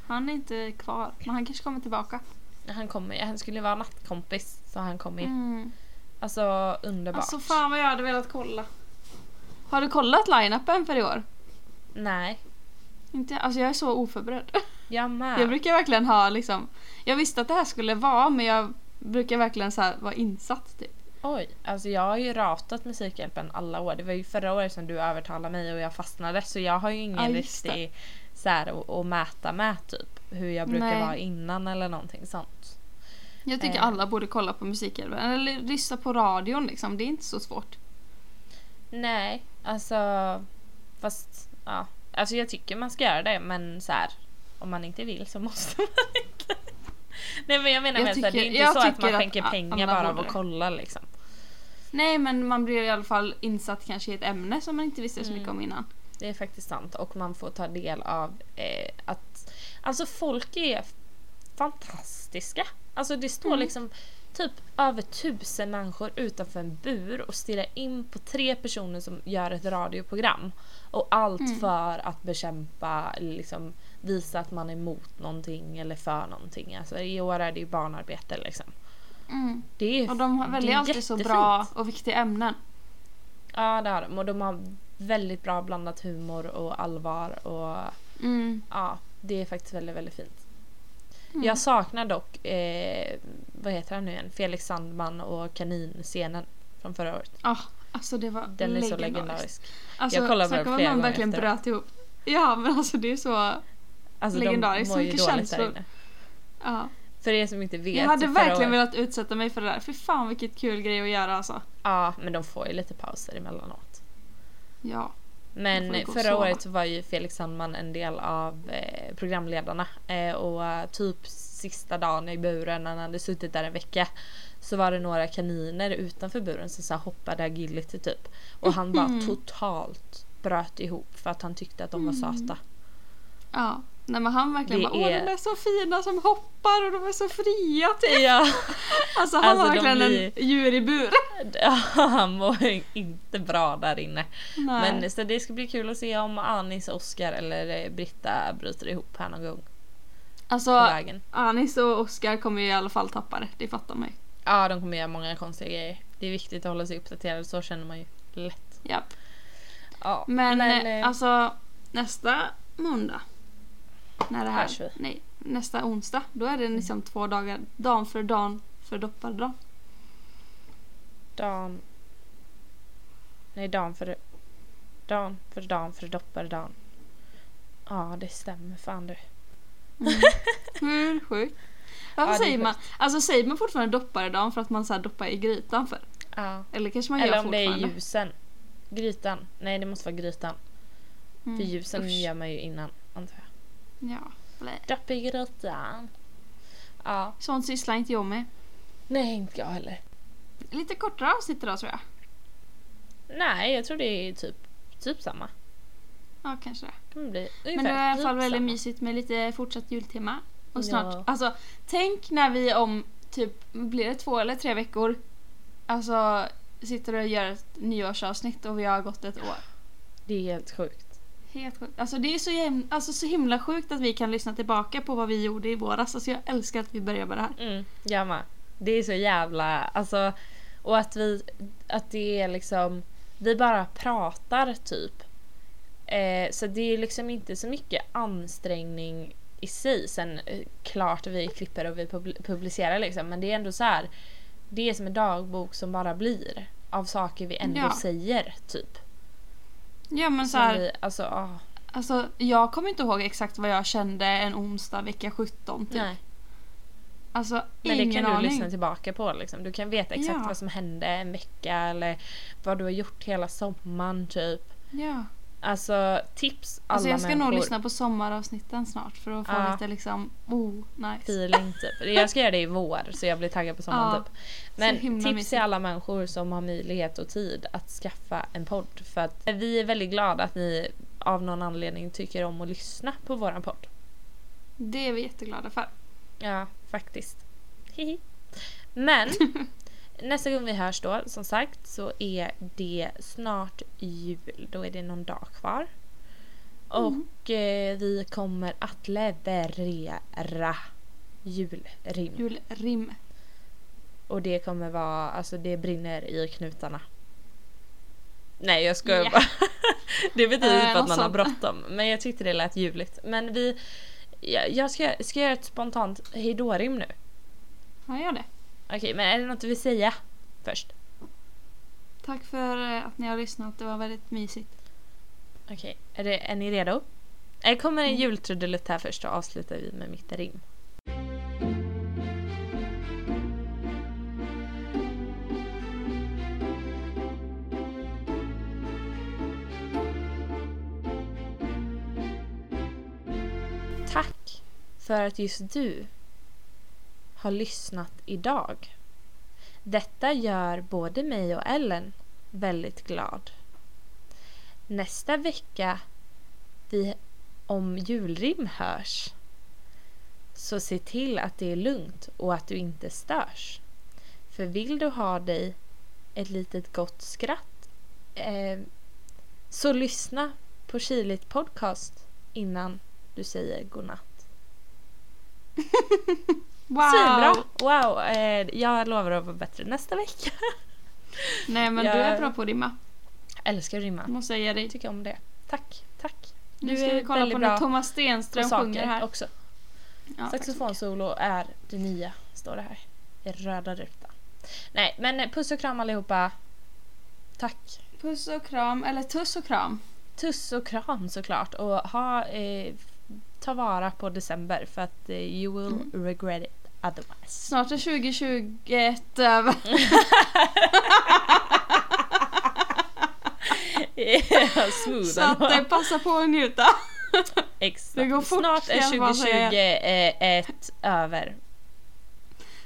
[SPEAKER 1] han är inte kvar. Men han kanske kommer tillbaka.
[SPEAKER 2] Han, kommer, han skulle vara nattkompis så han kom in.
[SPEAKER 1] Mm.
[SPEAKER 2] Alltså underbart.
[SPEAKER 1] Alltså fan vad jag hade velat kolla. Har du kollat line-upen för i år?
[SPEAKER 2] Nej,
[SPEAKER 1] Inte, alltså jag är så oförberedd.
[SPEAKER 2] jag
[SPEAKER 1] [LAUGHS]
[SPEAKER 2] med.
[SPEAKER 1] Jag brukar verkligen ha liksom, jag visste att det här skulle vara men jag brukar verkligen så här vara insatt typ.
[SPEAKER 2] Oj, alltså jag har ju ratat Musikhjälpen alla år. Det var ju förra året som du övertalade mig och jag fastnade så jag har ju ingen
[SPEAKER 1] Ja, just det.
[SPEAKER 2] riktig så här, att, att mäta med typ. Hur jag brukar
[SPEAKER 1] Nej.
[SPEAKER 2] vara innan eller någonting sånt.
[SPEAKER 1] Jag tycker
[SPEAKER 2] Eh.
[SPEAKER 1] alla borde kolla på Musikhjälpen eller lyssna på radion liksom, det är inte så svårt.
[SPEAKER 2] Nej, alltså fast ja. Alltså jag tycker man ska göra det men så här om man inte vill så [LAUGHS] måste man inte. Nej men jag menar
[SPEAKER 1] Jag
[SPEAKER 2] väl så här, det är
[SPEAKER 1] tycker-
[SPEAKER 2] inte
[SPEAKER 1] jag
[SPEAKER 2] så att man
[SPEAKER 1] tycker att
[SPEAKER 2] skänker
[SPEAKER 1] a-
[SPEAKER 2] pengar
[SPEAKER 1] alla
[SPEAKER 2] bara av
[SPEAKER 1] borde
[SPEAKER 2] att
[SPEAKER 1] det.
[SPEAKER 2] kolla liksom.
[SPEAKER 1] Nej men man blir i alla fall insatt kanske i ett ämne som man inte visste så mycket
[SPEAKER 2] Mm.
[SPEAKER 1] om innan.
[SPEAKER 2] Det är faktiskt sant och man får ta del av eh, att alltså folk är f- fantastiska. Alltså det
[SPEAKER 1] Mm.
[SPEAKER 2] står liksom typ över tusen människor utanför en bur och stirrar in på tre personer som gör ett radioprogram. Och allt
[SPEAKER 1] Mm.
[SPEAKER 2] för att bekämpa, liksom visa att man är emot någonting eller för någonting. Alltså i år är det ju barnarbete liksom.
[SPEAKER 1] Mm.
[SPEAKER 2] Det är,
[SPEAKER 1] Och de
[SPEAKER 2] det
[SPEAKER 1] väljer
[SPEAKER 2] är
[SPEAKER 1] alltid så
[SPEAKER 2] jättefint.
[SPEAKER 1] bra och viktiga ämnen.
[SPEAKER 2] Ja det har de och de har väldigt bra blandat humor och allvar och
[SPEAKER 1] Mm.
[SPEAKER 2] Ja, det är faktiskt väldigt, väldigt fint.
[SPEAKER 1] Mm.
[SPEAKER 2] Jag saknar dock, eh, vad heter han nu igen, Felix Sandman och kaninscenen från förra året.
[SPEAKER 1] Ah, alltså det var
[SPEAKER 2] Den är så
[SPEAKER 1] legendariskt.
[SPEAKER 2] legendarisk.
[SPEAKER 1] Alltså,
[SPEAKER 2] Jag kollade på
[SPEAKER 1] snacka
[SPEAKER 2] den
[SPEAKER 1] om
[SPEAKER 2] flera
[SPEAKER 1] att man
[SPEAKER 2] gånger
[SPEAKER 1] verkligen
[SPEAKER 2] efteråt.
[SPEAKER 1] bröt ihop. Ja men alltså det är så...
[SPEAKER 2] Alltså
[SPEAKER 1] Legendarisk,
[SPEAKER 2] de
[SPEAKER 1] så
[SPEAKER 2] mår ju
[SPEAKER 1] mycket
[SPEAKER 2] dåligt där
[SPEAKER 1] känslor.
[SPEAKER 2] inne.
[SPEAKER 1] Ja.
[SPEAKER 2] För er som inte vet.
[SPEAKER 1] Jag hade
[SPEAKER 2] så förra
[SPEAKER 1] verkligen
[SPEAKER 2] året,
[SPEAKER 1] velat utsätta mig för det där. Fy fan vilket kul grej att göra alltså.
[SPEAKER 2] Ja, men de får ju lite pauser emellanåt.
[SPEAKER 1] Ja. De får ju
[SPEAKER 2] Men
[SPEAKER 1] gå och
[SPEAKER 2] förra
[SPEAKER 1] sova.
[SPEAKER 2] året så var ju Felix Sandman en del av eh, programledarna eh, och eh, typ sista dagen i buren, han hade suttit där en vecka, så var det några kaniner utanför buren som så här hoppade agility typ. Och han bara totalt bröt ihop för att han tyckte att de var söta. [LAUGHS]
[SPEAKER 1] Ja. Nej men han verkligen
[SPEAKER 2] Det
[SPEAKER 1] bara åh
[SPEAKER 2] är-
[SPEAKER 1] de är så fina som hoppar och de är så fria typ.
[SPEAKER 2] Ja,
[SPEAKER 1] Alltså han
[SPEAKER 2] Alltså,
[SPEAKER 1] var
[SPEAKER 2] de
[SPEAKER 1] verkligen
[SPEAKER 2] blir-
[SPEAKER 1] en djur i bur.
[SPEAKER 2] han mår inte bra där inne.
[SPEAKER 1] Nej.
[SPEAKER 2] Men eh, så det ska bli kul att se om Anis, Oscar eller eh, Britta bryter ihop här någon gång på
[SPEAKER 1] Alltså
[SPEAKER 2] vägen.
[SPEAKER 1] Anis och Oscar kommer ju i alla fall tappa det, det fattar man ju.
[SPEAKER 2] Ja, de kommer göra många konstiga grejer. Det är viktigt att hålla sig uppdaterad, så känner man ju lätt.
[SPEAKER 1] Japp.
[SPEAKER 2] Ja,
[SPEAKER 1] Men,
[SPEAKER 2] eh,
[SPEAKER 1] eh, alltså nästa måndag. När det här,
[SPEAKER 2] Hörs vi.
[SPEAKER 1] nej, nästa onsdag. Då är det
[SPEAKER 2] Mm.
[SPEAKER 1] liksom två dagar, dan för dan för dopparedan.
[SPEAKER 2] Dan... Nej, dan för... Dan för dan för dopparedan. Ja, det stämmer fan du.
[SPEAKER 1] Hur sjukt? Varför
[SPEAKER 2] Ja, det är
[SPEAKER 1] säger man, alltså säger man fortfarande dopparedan för att man så här doppar i grytan för?
[SPEAKER 2] Ja.
[SPEAKER 1] Eller kanske man
[SPEAKER 2] Eller
[SPEAKER 1] gör
[SPEAKER 2] om det är
[SPEAKER 1] fortfarande?
[SPEAKER 2] ljusen. Grytan. Nej, det måste vara grytan.
[SPEAKER 1] Mm,
[SPEAKER 2] För ljusen
[SPEAKER 1] usch.
[SPEAKER 2] gör man ju innan, antar jag.
[SPEAKER 1] Ja, blä.
[SPEAKER 2] Dopp i grytan. Ja.
[SPEAKER 1] Sånt sysslar inte jag med.
[SPEAKER 2] Nej, inte jag heller.
[SPEAKER 1] Lite kortare avsnitt idag tror jag.
[SPEAKER 2] Nej, jag tror det är typ, typ samma.
[SPEAKER 1] Ja, kanske det.
[SPEAKER 2] Det kommer bli ungefär
[SPEAKER 1] Men det var i alla fall
[SPEAKER 2] typ
[SPEAKER 1] väldigt
[SPEAKER 2] samma.
[SPEAKER 1] mysigt med lite fortsatt jultema. Och
[SPEAKER 2] Ja.
[SPEAKER 1] snart, alltså tänk när vi om typ, blir det två eller tre veckor? Alltså sitter och gör ett nyårsavsnitt och vi har gått ett år.
[SPEAKER 2] Det är helt sjukt.
[SPEAKER 1] Helt sjukt. Alltså det är så, jäm, alltså, så himla sjukt att vi kan lyssna tillbaka på vad vi gjorde i våras. Alltså jag älskar att vi börjar med det här.
[SPEAKER 2] Mm, jag med. Det är så jävla... Alltså, och att vi... Att det är liksom... Vi bara pratar, typ. Eh, så det är liksom inte så mycket ansträngning i sig. Sen eh, klart vi klipper och vi pub- publicerar liksom. Men det är ändå så här. Det är som en dagbok som bara blir. Av saker vi ändå
[SPEAKER 1] Ja.
[SPEAKER 2] säger, typ.
[SPEAKER 1] Ja men så
[SPEAKER 2] Som
[SPEAKER 1] här,
[SPEAKER 2] vi, alltså, ah,
[SPEAKER 1] alltså jag kommer inte ihåg exakt vad jag kände en onsdag vecka 17 typ.
[SPEAKER 2] nej.
[SPEAKER 1] Alltså
[SPEAKER 2] Men
[SPEAKER 1] ingen
[SPEAKER 2] det kan
[SPEAKER 1] aning.
[SPEAKER 2] du lyssna tillbaka på. Liksom. Du kan veta exakt
[SPEAKER 1] Ja.
[SPEAKER 2] vad som hände en vecka eller vad du har gjort hela sommaren. Typ.
[SPEAKER 1] Ja.
[SPEAKER 2] Alltså tips alla
[SPEAKER 1] Alltså jag ska
[SPEAKER 2] människor.
[SPEAKER 1] nog lyssna på sommaravsnitten snart för att få
[SPEAKER 2] Ja.
[SPEAKER 1] lite liksom, oh, nice.
[SPEAKER 2] Feeling, typ. Jag ska göra det i vår så jag blir
[SPEAKER 1] [LAUGHS]
[SPEAKER 2] taggad på sommaren.
[SPEAKER 1] Ja.
[SPEAKER 2] Typ.
[SPEAKER 1] Så
[SPEAKER 2] Men
[SPEAKER 1] himla
[SPEAKER 2] tips till
[SPEAKER 1] mysigt.
[SPEAKER 2] alla människor som har möjlighet och tid att skaffa en podd. För att vi är väldigt glada att ni av någon anledning tycker om att lyssna på våran podd.
[SPEAKER 1] Det är vi jätteglada för.
[SPEAKER 2] Ja, faktiskt. Hihi.
[SPEAKER 1] [LAUGHS]
[SPEAKER 2] Men nästa gång vi hörs då, som sagt, så är det snart jul. Då är det någon dag kvar.
[SPEAKER 1] Mm.
[SPEAKER 2] Och eh, vi kommer att leverera julrim.
[SPEAKER 1] Julrim.
[SPEAKER 2] Och det kommer vara, alltså det brinner i knutarna. Nej jag skojar
[SPEAKER 1] Ja.
[SPEAKER 2] bara. [LAUGHS] det betyder
[SPEAKER 1] Eh,
[SPEAKER 2] typ att
[SPEAKER 1] något
[SPEAKER 2] man har
[SPEAKER 1] sånt.
[SPEAKER 2] bråttom. Men jag tyckte det lät ljuvligt. Men vi, jag, jag ska, ska göra ett spontant hejdå-rim nu.
[SPEAKER 1] Ja, gör det.
[SPEAKER 2] Okej, men är det något du vill säga först?
[SPEAKER 1] Tack för eh, att ni har lyssnat. Det var väldigt mysigt.
[SPEAKER 2] Okej, är, det- är ni redo? Äh, Det kommer en
[SPEAKER 1] Mm.
[SPEAKER 2] jultrudelutt här först och avslutar vi med mitt rim. Tack för att just du har lyssnat idag. Detta gör både mig och Ellen väldigt glad nästa vecka vi om julrim hörs. Så se till att det är lugnt och att du inte störs. För vill du ha dig ett litet gott skratt eh, så lyssna på Kilit podcast innan du säger godnatt.
[SPEAKER 1] Wow!
[SPEAKER 2] Svinbra! Wow! Eh, jag lovar att vara bättre nästa vecka.
[SPEAKER 1] Nej men
[SPEAKER 2] Jag-
[SPEAKER 1] du är bra på att rimma.
[SPEAKER 2] Älskar att rimma.
[SPEAKER 1] Måste jag ge dig.
[SPEAKER 2] Jag tycker om det. Tack, tack.
[SPEAKER 1] Nu ska
[SPEAKER 2] är
[SPEAKER 1] vi kolla
[SPEAKER 2] väldigt
[SPEAKER 1] på när
[SPEAKER 2] bra
[SPEAKER 1] Thomas
[SPEAKER 2] på
[SPEAKER 1] Stenström sjunger
[SPEAKER 2] saker
[SPEAKER 1] här.
[SPEAKER 2] också.
[SPEAKER 1] Ja, tack så mycket.
[SPEAKER 2] Saxofonsolo är det nya, står det här. I röda rutan. Nej, men eh, puss och kram allihopa. Tack.
[SPEAKER 1] Puss och kram, eller tuss och kram.
[SPEAKER 2] Tuss och kram såklart. Och ha, eh, ta vara på december för att eh, you will regret it otherwise.
[SPEAKER 1] Mm.
[SPEAKER 2] [LAUGHS]
[SPEAKER 1] Snart är 2021 över.
[SPEAKER 2] Smooth
[SPEAKER 1] Så att, eh,
[SPEAKER 2] ändå.
[SPEAKER 1] passa på att njuta.
[SPEAKER 2] [LAUGHS] Exakt.
[SPEAKER 1] det går fort,
[SPEAKER 2] Snart
[SPEAKER 1] i alla
[SPEAKER 2] är
[SPEAKER 1] fall, säger
[SPEAKER 2] 2021 över.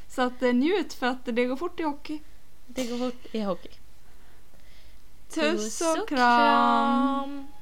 [SPEAKER 1] Så att eh, njut för att det går fort i hockey.
[SPEAKER 2] Det går fort i hockey.
[SPEAKER 1] Tuss och kram.
[SPEAKER 2] kram.